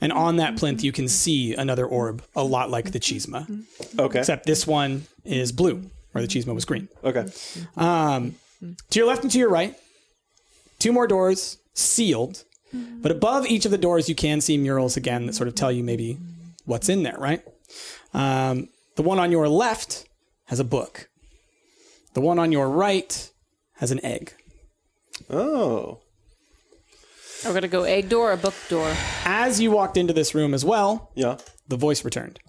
[SPEAKER 5] And on that plinth, you can see another orb, a lot like the Chisma,
[SPEAKER 6] Okay.
[SPEAKER 5] except this one is blue, where the Chisma was green.
[SPEAKER 6] Okay.
[SPEAKER 5] To your left and to your right, two more doors sealed, but above each of the doors, you can see murals again that sort of tell you maybe what's in there, right? Um, the one on your left has a book, the one on your right has an egg.
[SPEAKER 6] Oh.
[SPEAKER 4] We're gonna go egg door or book door.
[SPEAKER 5] As you walked into this room as well,
[SPEAKER 6] Yeah.
[SPEAKER 5] the voice returned.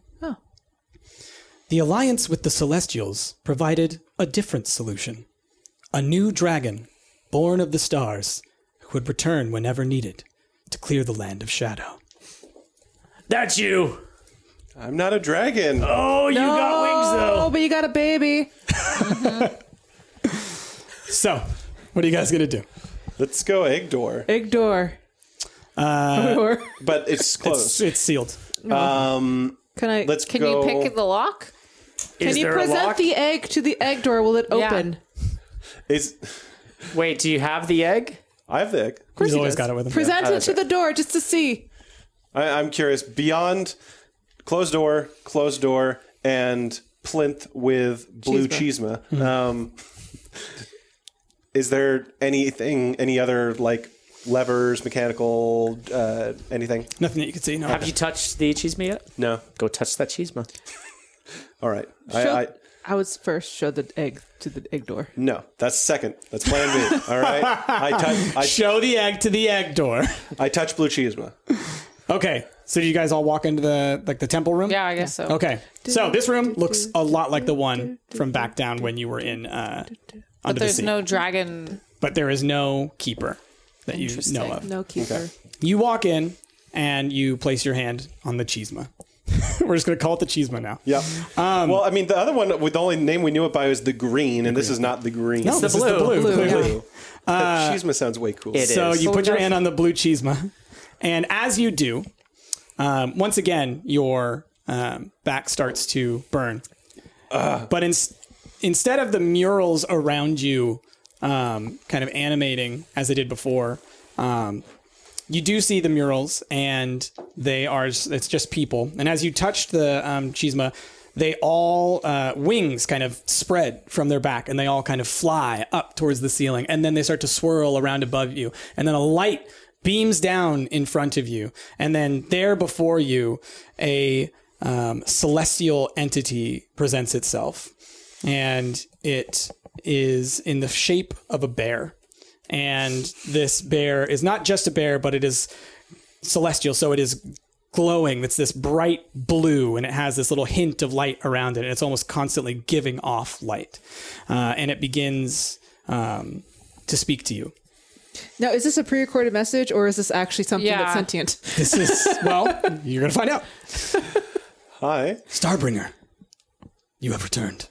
[SPEAKER 5] The alliance with the Celestials provided a different solution a new dragon, born of the stars, who would return whenever needed to clear the land of shadow.
[SPEAKER 2] That's you.
[SPEAKER 6] I'm not a dragon.
[SPEAKER 2] Oh, you got wings
[SPEAKER 7] Oh,
[SPEAKER 2] though.
[SPEAKER 7] but you got a baby.
[SPEAKER 5] So, what are you guys going to do?
[SPEAKER 6] Let's go egg door.
[SPEAKER 7] Egg door. Uh,
[SPEAKER 6] But it's
[SPEAKER 5] It's,
[SPEAKER 6] close.
[SPEAKER 5] it's sealed.
[SPEAKER 6] um,
[SPEAKER 7] can I?
[SPEAKER 6] let's
[SPEAKER 4] Can
[SPEAKER 6] go.
[SPEAKER 4] you pick the lock?
[SPEAKER 7] can
[SPEAKER 2] Is
[SPEAKER 7] you
[SPEAKER 2] there a
[SPEAKER 7] present
[SPEAKER 2] lock?
[SPEAKER 7] the egg to the egg door? Will it
[SPEAKER 4] Yeah.
[SPEAKER 7] open?
[SPEAKER 6] Is
[SPEAKER 2] Wait, do you have the egg?
[SPEAKER 6] I have the egg.
[SPEAKER 7] Of course
[SPEAKER 5] He's
[SPEAKER 7] he
[SPEAKER 5] always
[SPEAKER 7] does.
[SPEAKER 5] got it with him.
[SPEAKER 7] Present it to the door just to see.
[SPEAKER 6] I, I'm curious. Beyond closed door, closed door, and plinth with blue cheesema. Um, is there anything? Any other like levers, mechanical, uh, anything?
[SPEAKER 5] Nothing that you can see. No.
[SPEAKER 2] Have you touched the cheesema yet?
[SPEAKER 6] No.
[SPEAKER 2] Go touch that cheesema.
[SPEAKER 6] All right.
[SPEAKER 7] Show-
[SPEAKER 6] I, I
[SPEAKER 7] I was first show the egg to the egg door.
[SPEAKER 6] no. That's second. That's plan B. All right. I touch. I,
[SPEAKER 5] Show the egg to the egg door.
[SPEAKER 6] I touch blue cheesema.
[SPEAKER 5] okay. So, do you guys all walk into the like the temple room?
[SPEAKER 4] Yeah, I guess so.
[SPEAKER 5] Okay. So, this room looks a lot like the one from back down when you were in uh,
[SPEAKER 4] But
[SPEAKER 5] under the
[SPEAKER 4] there's
[SPEAKER 5] sea.
[SPEAKER 4] no dragon.
[SPEAKER 5] but there is no keeper that you
[SPEAKER 4] Interesting.
[SPEAKER 5] know of.
[SPEAKER 7] No keeper.
[SPEAKER 5] You walk in and you place your hand on the chisma. We're just going to call it the chisma now.
[SPEAKER 6] Yep. well, I mean, the other one with the only name we knew it by was the green, and this is not the green.
[SPEAKER 5] No, this is the blue.
[SPEAKER 7] Blue,
[SPEAKER 5] clearly.
[SPEAKER 6] blue. Uh, cheesema sounds way cool.
[SPEAKER 2] It is.
[SPEAKER 5] So you
[SPEAKER 4] So
[SPEAKER 5] put your
[SPEAKER 4] now-
[SPEAKER 5] hand on the blue chisma, and as you do, um, once again your um, back starts to burn. but in, instead of the murals around you, um, kind of animating as they did before, um, you do see the murals, and they are it's just people. And as you touched the um, chisma. They all uh, wings kind of spread from their back, and they all kind of fly up towards the ceiling, and then they start to swirl around above you, and then a light beams down in front of you, and then there before you, a um, celestial entity presents itself, and it is in the shape of a bear. And this bear is not just a bear, but it is celestial, so it is glowing. It's this bright blue, and it has this little hint of light around it, and it's almost constantly giving off light. Uh, and it begins um, to speak to you.
[SPEAKER 7] Now, is this a pre-recorded message or is this actually something
[SPEAKER 4] Yeah.
[SPEAKER 7] that's sentient?
[SPEAKER 5] This is well, you're gonna find out.
[SPEAKER 6] Hi,
[SPEAKER 5] Starbringer, you have returned.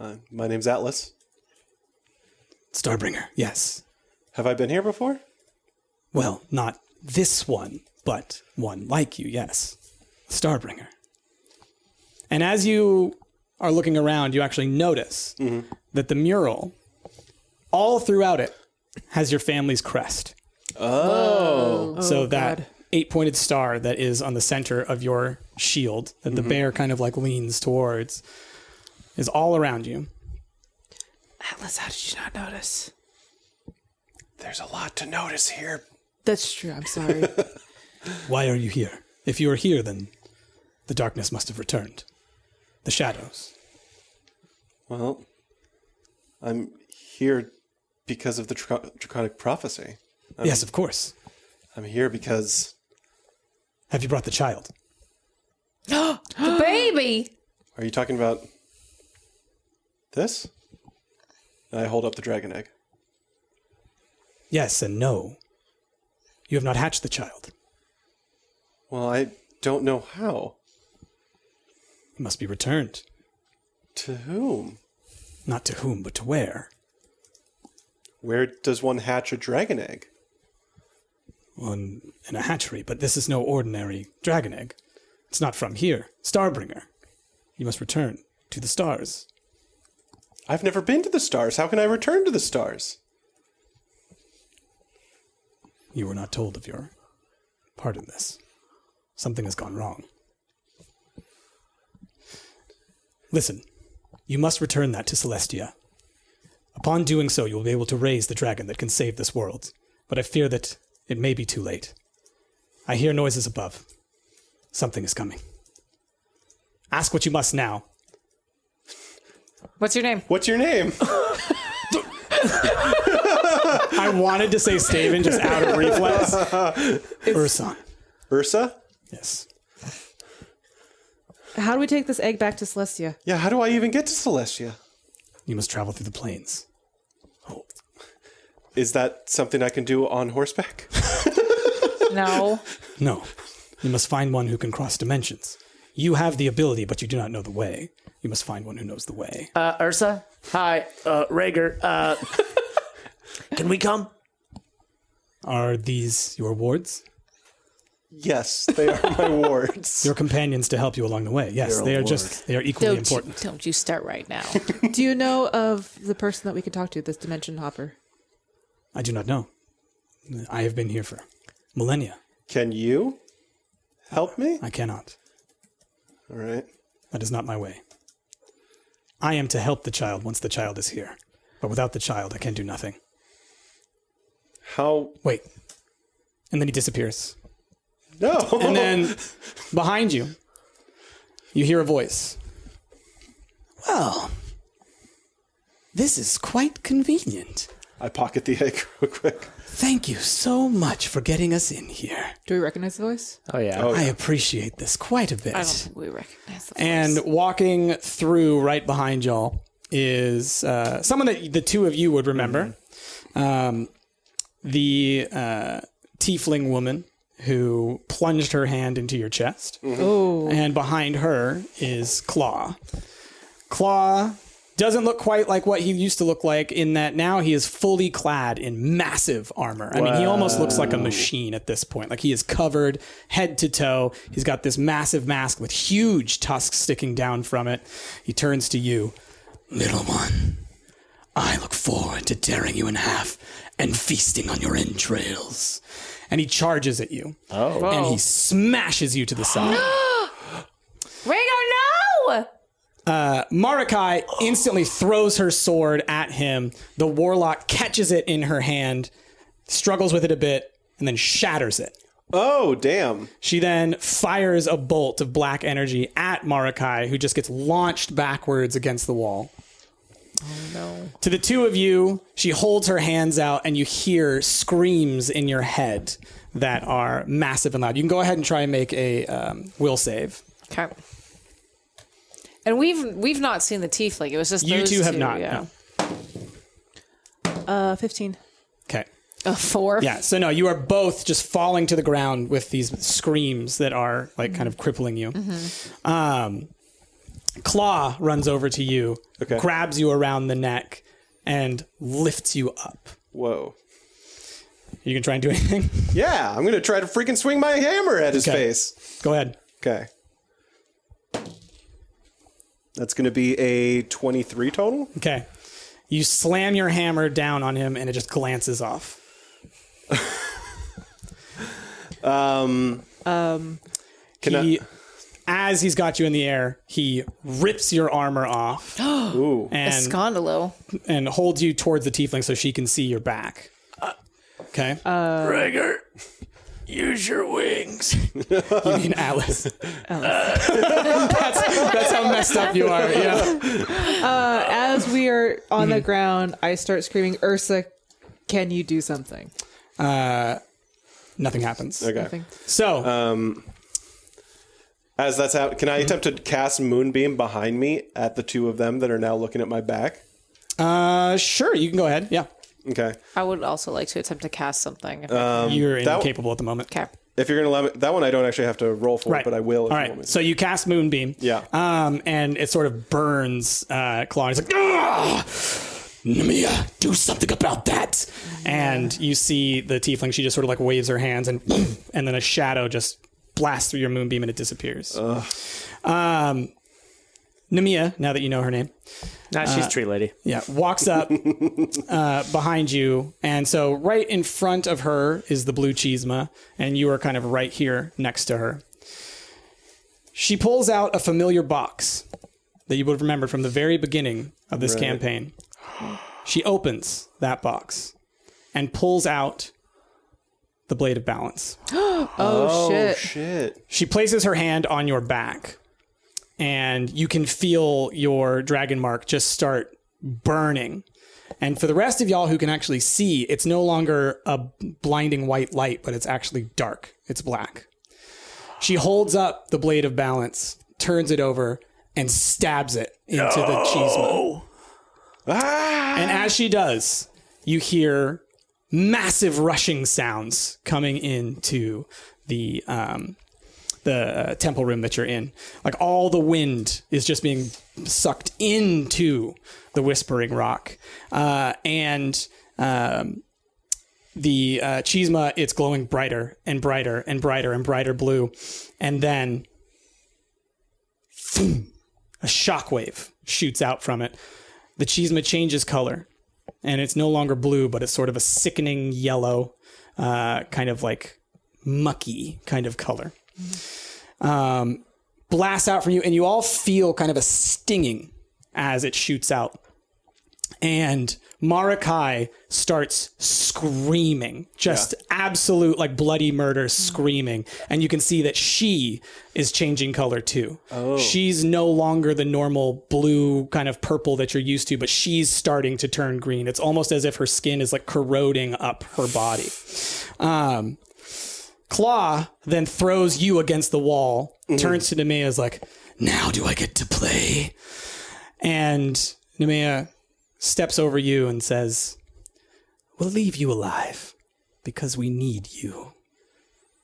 [SPEAKER 6] uh, my name's Atlas.
[SPEAKER 5] Starbringer, yes.
[SPEAKER 6] Have I been here before?
[SPEAKER 5] Well, not this one, but one like you, yes. Starbringer. And as you are looking around, you actually notice that the mural, all throughout it, has your family's crest. Oh. So that eight pointed star that is on the center of your shield that the bear kind of like leans towards is all around you.
[SPEAKER 7] Atlas, how did you not notice?
[SPEAKER 6] There's a lot to notice here.
[SPEAKER 7] That's true. I'm sorry.
[SPEAKER 5] Why are you here? If you are here, then the darkness must have returned. The shadows.
[SPEAKER 6] Well, I'm here because of the dra- draconic prophecy.
[SPEAKER 5] yes, of course.
[SPEAKER 6] I'm here because
[SPEAKER 5] Have you brought the child?
[SPEAKER 4] The baby.
[SPEAKER 6] are you talking about this? And I hold up the dragon egg.
[SPEAKER 5] Yes and no. You have not hatched the child.
[SPEAKER 6] Well, I don't know how.
[SPEAKER 5] It must be returned.
[SPEAKER 6] To whom?
[SPEAKER 5] Not to whom, but to where.
[SPEAKER 6] Where does one hatch a dragon egg?
[SPEAKER 5] on in a hatchery, but this is no ordinary dragon egg. It's not from here. Starbringer. You must return to the stars.
[SPEAKER 6] I've never been to the stars. How can I return to the stars?
[SPEAKER 5] You were not told of your part in this. Something has gone wrong. Listen, you must return that to Celestia. Upon doing so, you will be able to raise the dragon that can save this world, but I fear that it may be too late. I hear noises above. Something is coming. Ask what you must now.
[SPEAKER 4] What's your name?
[SPEAKER 6] What's your name?
[SPEAKER 5] I wanted to say Staven just out of reflex. Urson.
[SPEAKER 6] Ursa?
[SPEAKER 5] Yes.
[SPEAKER 7] How do we take this egg back to Celestia?
[SPEAKER 6] Yeah, how do I even get to Celestia?
[SPEAKER 5] You must travel through the plains. Oh,
[SPEAKER 6] Is that something I can do on horseback?
[SPEAKER 4] No.
[SPEAKER 5] No. You must find one who can cross dimensions. You have the ability, but you do not know the way. You must find one who knows the way.
[SPEAKER 8] Uh, Ursa? Hi, uh, Rager. Uh, can we come?
[SPEAKER 5] Are these your wards?
[SPEAKER 6] yes, they are my wards.
[SPEAKER 5] Your companions to help you along the way. Yes, they are just they are equally
[SPEAKER 4] Don't you,
[SPEAKER 5] important.
[SPEAKER 4] don't you start right now.
[SPEAKER 7] Do you know of the person that we could talk to, this dimension hopper?
[SPEAKER 5] I do not know. I have been here for millennia.
[SPEAKER 6] Can you help me?
[SPEAKER 5] I cannot.
[SPEAKER 6] All right.
[SPEAKER 5] That is not my way. I am to help the child once the child is here. But without the child, I can do nothing.
[SPEAKER 6] How?
[SPEAKER 5] Wait. And then he disappears.
[SPEAKER 6] No.
[SPEAKER 5] And then behind you, you hear a voice. Well, this is quite convenient.
[SPEAKER 6] I pocket the egg real quick.
[SPEAKER 5] Thank you so much for getting us in here.
[SPEAKER 7] Do we recognize the voice?
[SPEAKER 8] Oh, yeah.
[SPEAKER 5] I appreciate this quite a bit.
[SPEAKER 4] I don't think we recognize the
[SPEAKER 5] And
[SPEAKER 4] voice.
[SPEAKER 5] walking through right behind y'all is uh, someone that the two of you would remember. Um, the uh, tiefling woman who plunged her hand into your chest. And behind her is Claw. Claw doesn't look quite like what he used to look like in that now he is fully clad in massive armor. I mean, he almost looks like a machine at this point. Like he is covered head to toe. He's got this massive mask with huge tusks sticking down from it. He turns to you. Little one, I look forward to tearing you in half and feasting on your entrails. And he charges at you. Oh. And he smashes you to the side.
[SPEAKER 4] Rager, no!
[SPEAKER 5] Marikai instantly throws her sword at him. The warlock catches it in her hand, struggles with it a bit, and then shatters it.
[SPEAKER 6] Oh, damn.
[SPEAKER 5] She then fires a bolt of black energy at Marikai, who just gets launched backwards against the wall. Oh no. To the two of you, she holds her hands out, and you hear screams in your head that are massive and loud. You can go ahead and try and make a um, will save.
[SPEAKER 4] Okay. And we've we've not seen the tiefling. It was just
[SPEAKER 5] You
[SPEAKER 4] those
[SPEAKER 5] two have not.
[SPEAKER 4] Yeah.
[SPEAKER 5] no.
[SPEAKER 7] Uh, 15.
[SPEAKER 5] Okay.
[SPEAKER 4] A four.
[SPEAKER 5] Yeah, so no, you are both just falling to the ground with these screams that are like kind of crippling you. Um, Claw runs over to you,
[SPEAKER 6] Okay.
[SPEAKER 5] grabs you around the neck, and lifts you up.
[SPEAKER 6] Whoa.
[SPEAKER 5] You can try and do anything.
[SPEAKER 6] Yeah, I'm gonna try to freaking swing my hammer at his
[SPEAKER 5] Okay.
[SPEAKER 6] face.
[SPEAKER 5] Go ahead.
[SPEAKER 6] Okay. That's gonna be a 23 total.
[SPEAKER 5] Okay. You slam your hammer down on him, and it just glances off.
[SPEAKER 6] Um,
[SPEAKER 5] Um,
[SPEAKER 6] Can I-
[SPEAKER 5] he, as he's got you in the air, he rips your armor off and
[SPEAKER 4] Escondalo.
[SPEAKER 5] and holds you towards the tiefling so she can see your back. Okay.
[SPEAKER 7] Uh.
[SPEAKER 8] Rager, use your wings.
[SPEAKER 5] You mean Alice? that's, that's how messed up you are. Yeah.
[SPEAKER 7] Uh, As we are on the ground, I start screaming, Ursa, can you do something?
[SPEAKER 5] Nothing happens.
[SPEAKER 6] Okay.
[SPEAKER 7] Nothing.
[SPEAKER 5] So
[SPEAKER 6] As that's how, can I
[SPEAKER 5] Mm-hmm.
[SPEAKER 6] attempt to cast moonbeam behind me at the two of them that are now looking at my back?
[SPEAKER 5] uh, sure, you can go ahead. Yeah.
[SPEAKER 6] Okay.
[SPEAKER 4] I would also like to attempt to cast something. if I
[SPEAKER 5] You're
[SPEAKER 6] um, that-
[SPEAKER 5] incapable at the moment.
[SPEAKER 4] can. okay.
[SPEAKER 6] If you're gonna allow me, that one I don't actually have to roll for, but I will. If
[SPEAKER 5] All
[SPEAKER 6] you
[SPEAKER 5] right.
[SPEAKER 6] want me to.
[SPEAKER 5] So you cast Moonbeam.
[SPEAKER 6] Yeah.
[SPEAKER 5] Um, and it sort of burns uh, Claw. He's like, "Ugh!" Nemia, do something about that. And you see the tiefling, she just sort of like waves her hands and and then a shadow just blasts through your moonbeam and it disappears. Um Nemia, now that you know her name,
[SPEAKER 8] Nah,
[SPEAKER 5] Uh,
[SPEAKER 8] she's tree lady.
[SPEAKER 5] yeah, walks up uh, behind you, and so right in front of her is the blue chisma, and you are kind of right here next to her. She pulls out a familiar box that you would have remembered from the very beginning of this campaign. She opens that box and pulls out the blade of balance.
[SPEAKER 7] Oh, shit.
[SPEAKER 6] Shit.
[SPEAKER 5] She places her hand on your back, and you can feel your dragon mark just start burning. And for the rest of y'all who can actually see, it's no longer a blinding white light, but it's actually dark. It's black. She holds up the blade of balance, turns it over, and stabs it into the cheeseman. And as she does, you hear massive rushing sounds coming into the um, the uh, temple room that you're in. Like all the wind is just being sucked into the Whispering Rock, uh, and um, the uh, Chisma it's glowing brighter and brighter and brighter and brighter blue, and then boom, a shockwave shoots out from it. The Chisma changes color, and it's no longer blue, but it's sort of a sickening yellow, uh, kind of like mucky kind of color um, blasts out from you, and you all feel kind of a stinging as it shoots out. And Marakai starts screaming, just absolute like bloody murder screaming. And you can see that she is changing color too. She's no longer the normal blue kind of purple that you're used to, but she's starting to turn green. It's almost as if her skin is like corroding up her body. Um, Claw then throws you against the wall, turns to Nemea, is like, Now do I get to play? And Nemea steps over you and says, We'll leave you alive because we need you.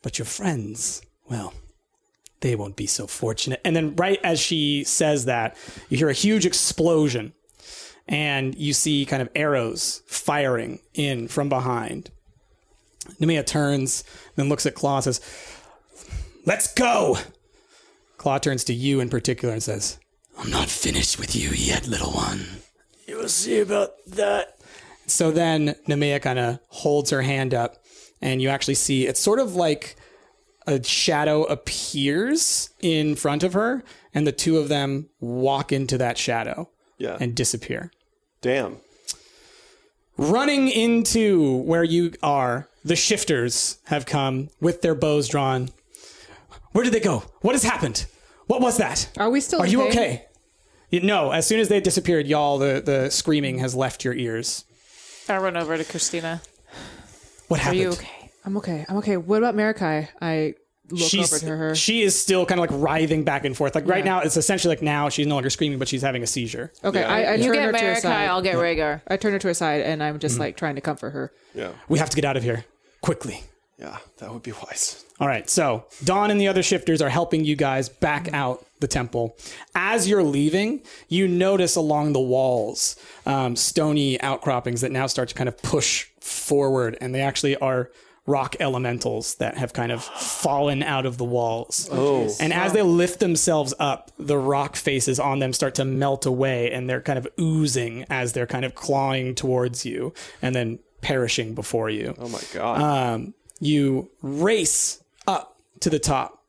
[SPEAKER 5] But your friends, well, they won't be so fortunate. And then, right as she says that, you hear a huge explosion and you see kind of arrows firing in from behind. Nemea turns, then looks at Claw and says, Let's go! Claw turns to you in particular and says, I'm not finished with you yet, little one.
[SPEAKER 8] You will see about that.
[SPEAKER 5] So then Nemea kind of holds her hand up, and you actually see it's sort of like a shadow appears in front of her, and the two of them walk into that shadow
[SPEAKER 6] Yeah.
[SPEAKER 5] and disappear.
[SPEAKER 6] Damn.
[SPEAKER 5] Running into where you are, the shifters have come with their bows drawn. Where did they go? What has happened? What was that?
[SPEAKER 7] Are we still
[SPEAKER 5] Are you
[SPEAKER 7] okay?
[SPEAKER 5] okay? Y- No, as soon as they disappeared, y'all, the, the screaming has left your ears.
[SPEAKER 4] I run over to Christina.
[SPEAKER 5] What
[SPEAKER 4] Are
[SPEAKER 5] happened?
[SPEAKER 4] you okay?
[SPEAKER 7] I'm okay. I'm okay. What about Marikai? I look over to her.
[SPEAKER 5] She is still kind of like writhing back and forth. Like right now, it's essentially like now she's no longer screaming, but she's having a seizure.
[SPEAKER 7] okay, I, I
[SPEAKER 4] You
[SPEAKER 7] turn her
[SPEAKER 4] get
[SPEAKER 7] to her
[SPEAKER 4] Marikai,
[SPEAKER 7] side.
[SPEAKER 4] I'll get Rhaegar.
[SPEAKER 7] I turn her to her side, and I'm
[SPEAKER 5] Mm-hmm.
[SPEAKER 7] just like trying to comfort her.
[SPEAKER 6] Yeah.
[SPEAKER 5] We have to get out of here quickly.
[SPEAKER 6] Yeah. That would be wise.
[SPEAKER 5] All right, so Dawn and the other shifters are helping you guys back out the temple. As you're leaving, you notice along the walls um, stony outcroppings that now start to kind of push forward, and they actually are rock elementals that have kind of fallen out of the walls. Oh. And as they lift themselves up, the rock faces on them start to melt away, and they're kind of oozing as they're kind of clawing towards you and then perishing before you
[SPEAKER 6] Oh my god.
[SPEAKER 5] you race up to the top.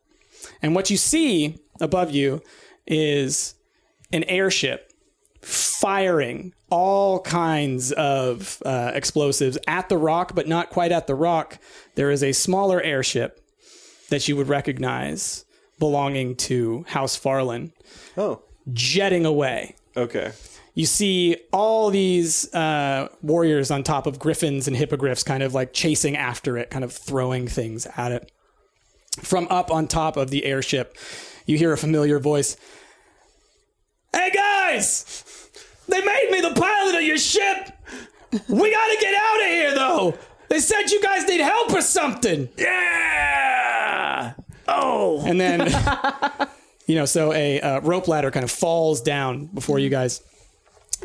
[SPEAKER 5] And what you see above you is an airship firing all kinds of uh, explosives at the rock, but not quite at the rock. There is a smaller airship that you would recognize belonging to House Farlin
[SPEAKER 6] oh.
[SPEAKER 5] jetting away
[SPEAKER 6] Okay.
[SPEAKER 5] you see all these uh, warriors on top of griffins and hippogriffs kind of like chasing after it kind of throwing things at it from up on top of the airship you hear a familiar voice hey guys they made me the pilot of your ship we gotta get out of here though they said you guys need help or something
[SPEAKER 8] Yeah. Oh.
[SPEAKER 5] and then you know so a uh, rope ladder kind of falls down before you guys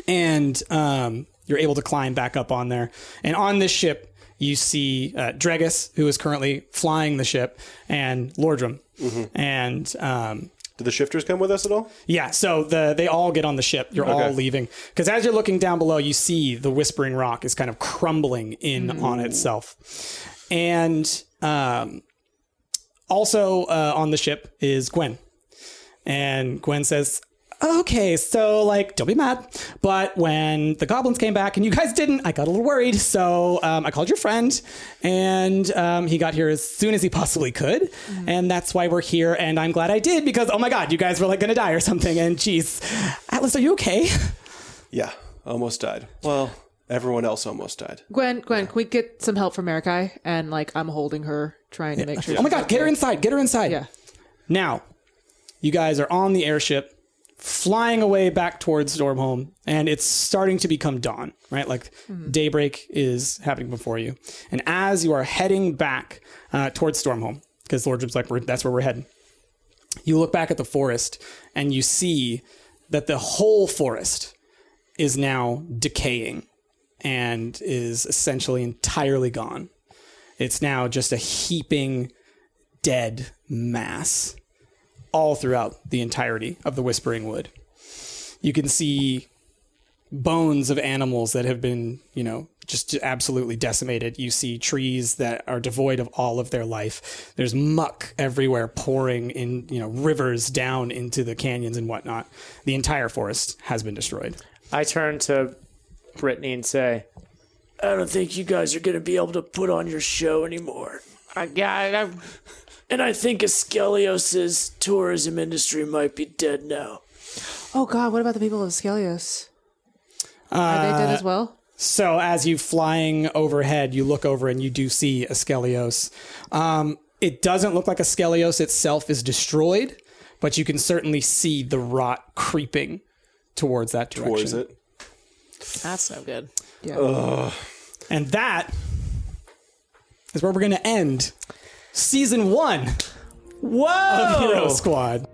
[SPEAKER 5] and um, You're able to climb back up on there. And on this ship, you see uh, Dregus, who is currently flying the ship, and Lordrum. And um,
[SPEAKER 6] Did the shifters come with us at all?
[SPEAKER 5] yeah, so the they all get on the ship. You're all
[SPEAKER 6] Okay.
[SPEAKER 5] leaving because as you're looking down below, you see the Whispering Rock is kind of crumbling in on itself, and um, also uh, on the ship is Gwen, and Gwen says. Okay, so like, don't be mad. But when the goblins came back and you guys didn't, I got a little worried. So um, I called your friend, and um, he got here as soon as he possibly could, and that's why we're here. And I'm glad I did because oh my god, you guys were like gonna die or something. And geez, Atlas, are you okay?
[SPEAKER 6] Yeah, almost died. Well, everyone else almost died.
[SPEAKER 7] Gwen, Gwen, can we get some help from Marikai? And like, I'm holding her, trying to make sure.
[SPEAKER 5] Oh my
[SPEAKER 7] she's
[SPEAKER 5] god, get her inside, get her inside.
[SPEAKER 7] Yeah.
[SPEAKER 5] Now, you guys are on the airship, flying away back towards Stormholm, and it's starting to become dawn, right? Like
[SPEAKER 7] Mm-hmm.
[SPEAKER 5] daybreak is happening before you. And as you are heading back uh, towards Stormholm, because Lordship's like, we're, that's where we're heading, you look back at the forest and you see that the whole forest is now decaying and is essentially entirely gone. It's now just a heaping dead mass all throughout the entirety of the Whispering Wood. You can see bones of animals that have been, you know, just absolutely decimated. You see trees that are devoid of all of their life. There's muck everywhere pouring in, you know, rivers down into the canyons and whatnot. The entire forest has been destroyed.
[SPEAKER 8] I turn to Brittany and say, I don't think you guys are going to be able to put on your show anymore. I got it. And I think Askelios's tourism industry might be dead now.
[SPEAKER 7] Oh god, what about the people of Scalios? Are they
[SPEAKER 5] Uh,
[SPEAKER 7] dead as well?
[SPEAKER 5] So as you flying overhead, you look over and you do see a Skelios. Um, it doesn't look like a Skelios itself is destroyed, but you can certainly see the rot creeping towards that direction.
[SPEAKER 6] Or is it?
[SPEAKER 4] That's no good.
[SPEAKER 5] And that is where we're going to end season one of Hero Squad.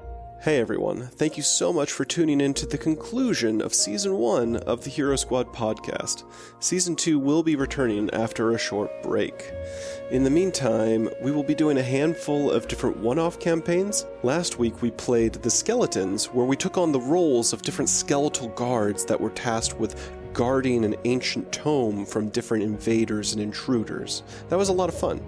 [SPEAKER 6] Hey everyone, thank you so much for tuning in to the conclusion of Season 1 of the Hero Squad podcast. Season 2 will be returning after a short break. In the meantime, we will be doing a handful of different one off campaigns. Last week we played The Skeletons, where we took on the roles of different skeletal guards that were tasked with guarding an ancient tome from different invaders and intruders. That was a lot of fun.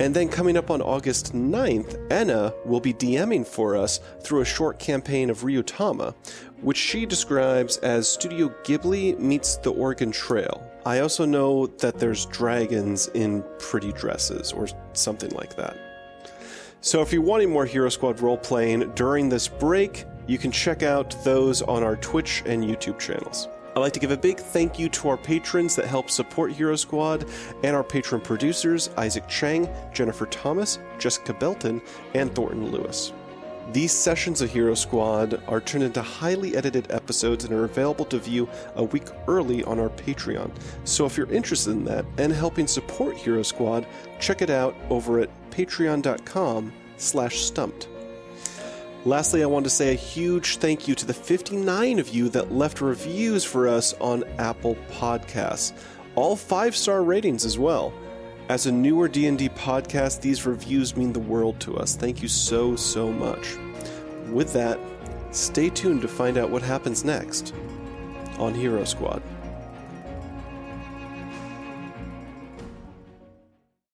[SPEAKER 6] And then coming up on August 9th, Anna will be DMing for us through a short campaign of Ryutama, which she describes as Studio Ghibli meets the Oregon Trail. I also know that there's dragons in pretty dresses or something like that. So if you're wanting more Hero Squad role playing during this break, you can check out those on our Twitch and YouTube channels. I'd like to give a big thank you to our patrons that help support Hero Squad and our patron producers Isaac Chang, Jennifer Thomas, Jessica Belton, and Thornton Lewis. These sessions of Hero Squad are turned into highly edited episodes and are available to view a week early on our Patreon. So if you're interested in that and helping support Hero Squad, check it out over at patreon.com slash stumped. Lastly, I want to say a huge thank you to the 59 of you that left reviews for us on Apple Podcasts, all five-star ratings as well. As a newer D&D podcast, these reviews mean the world to us. Thank you so so much. With that, stay tuned to find out what happens next on Hero Squad.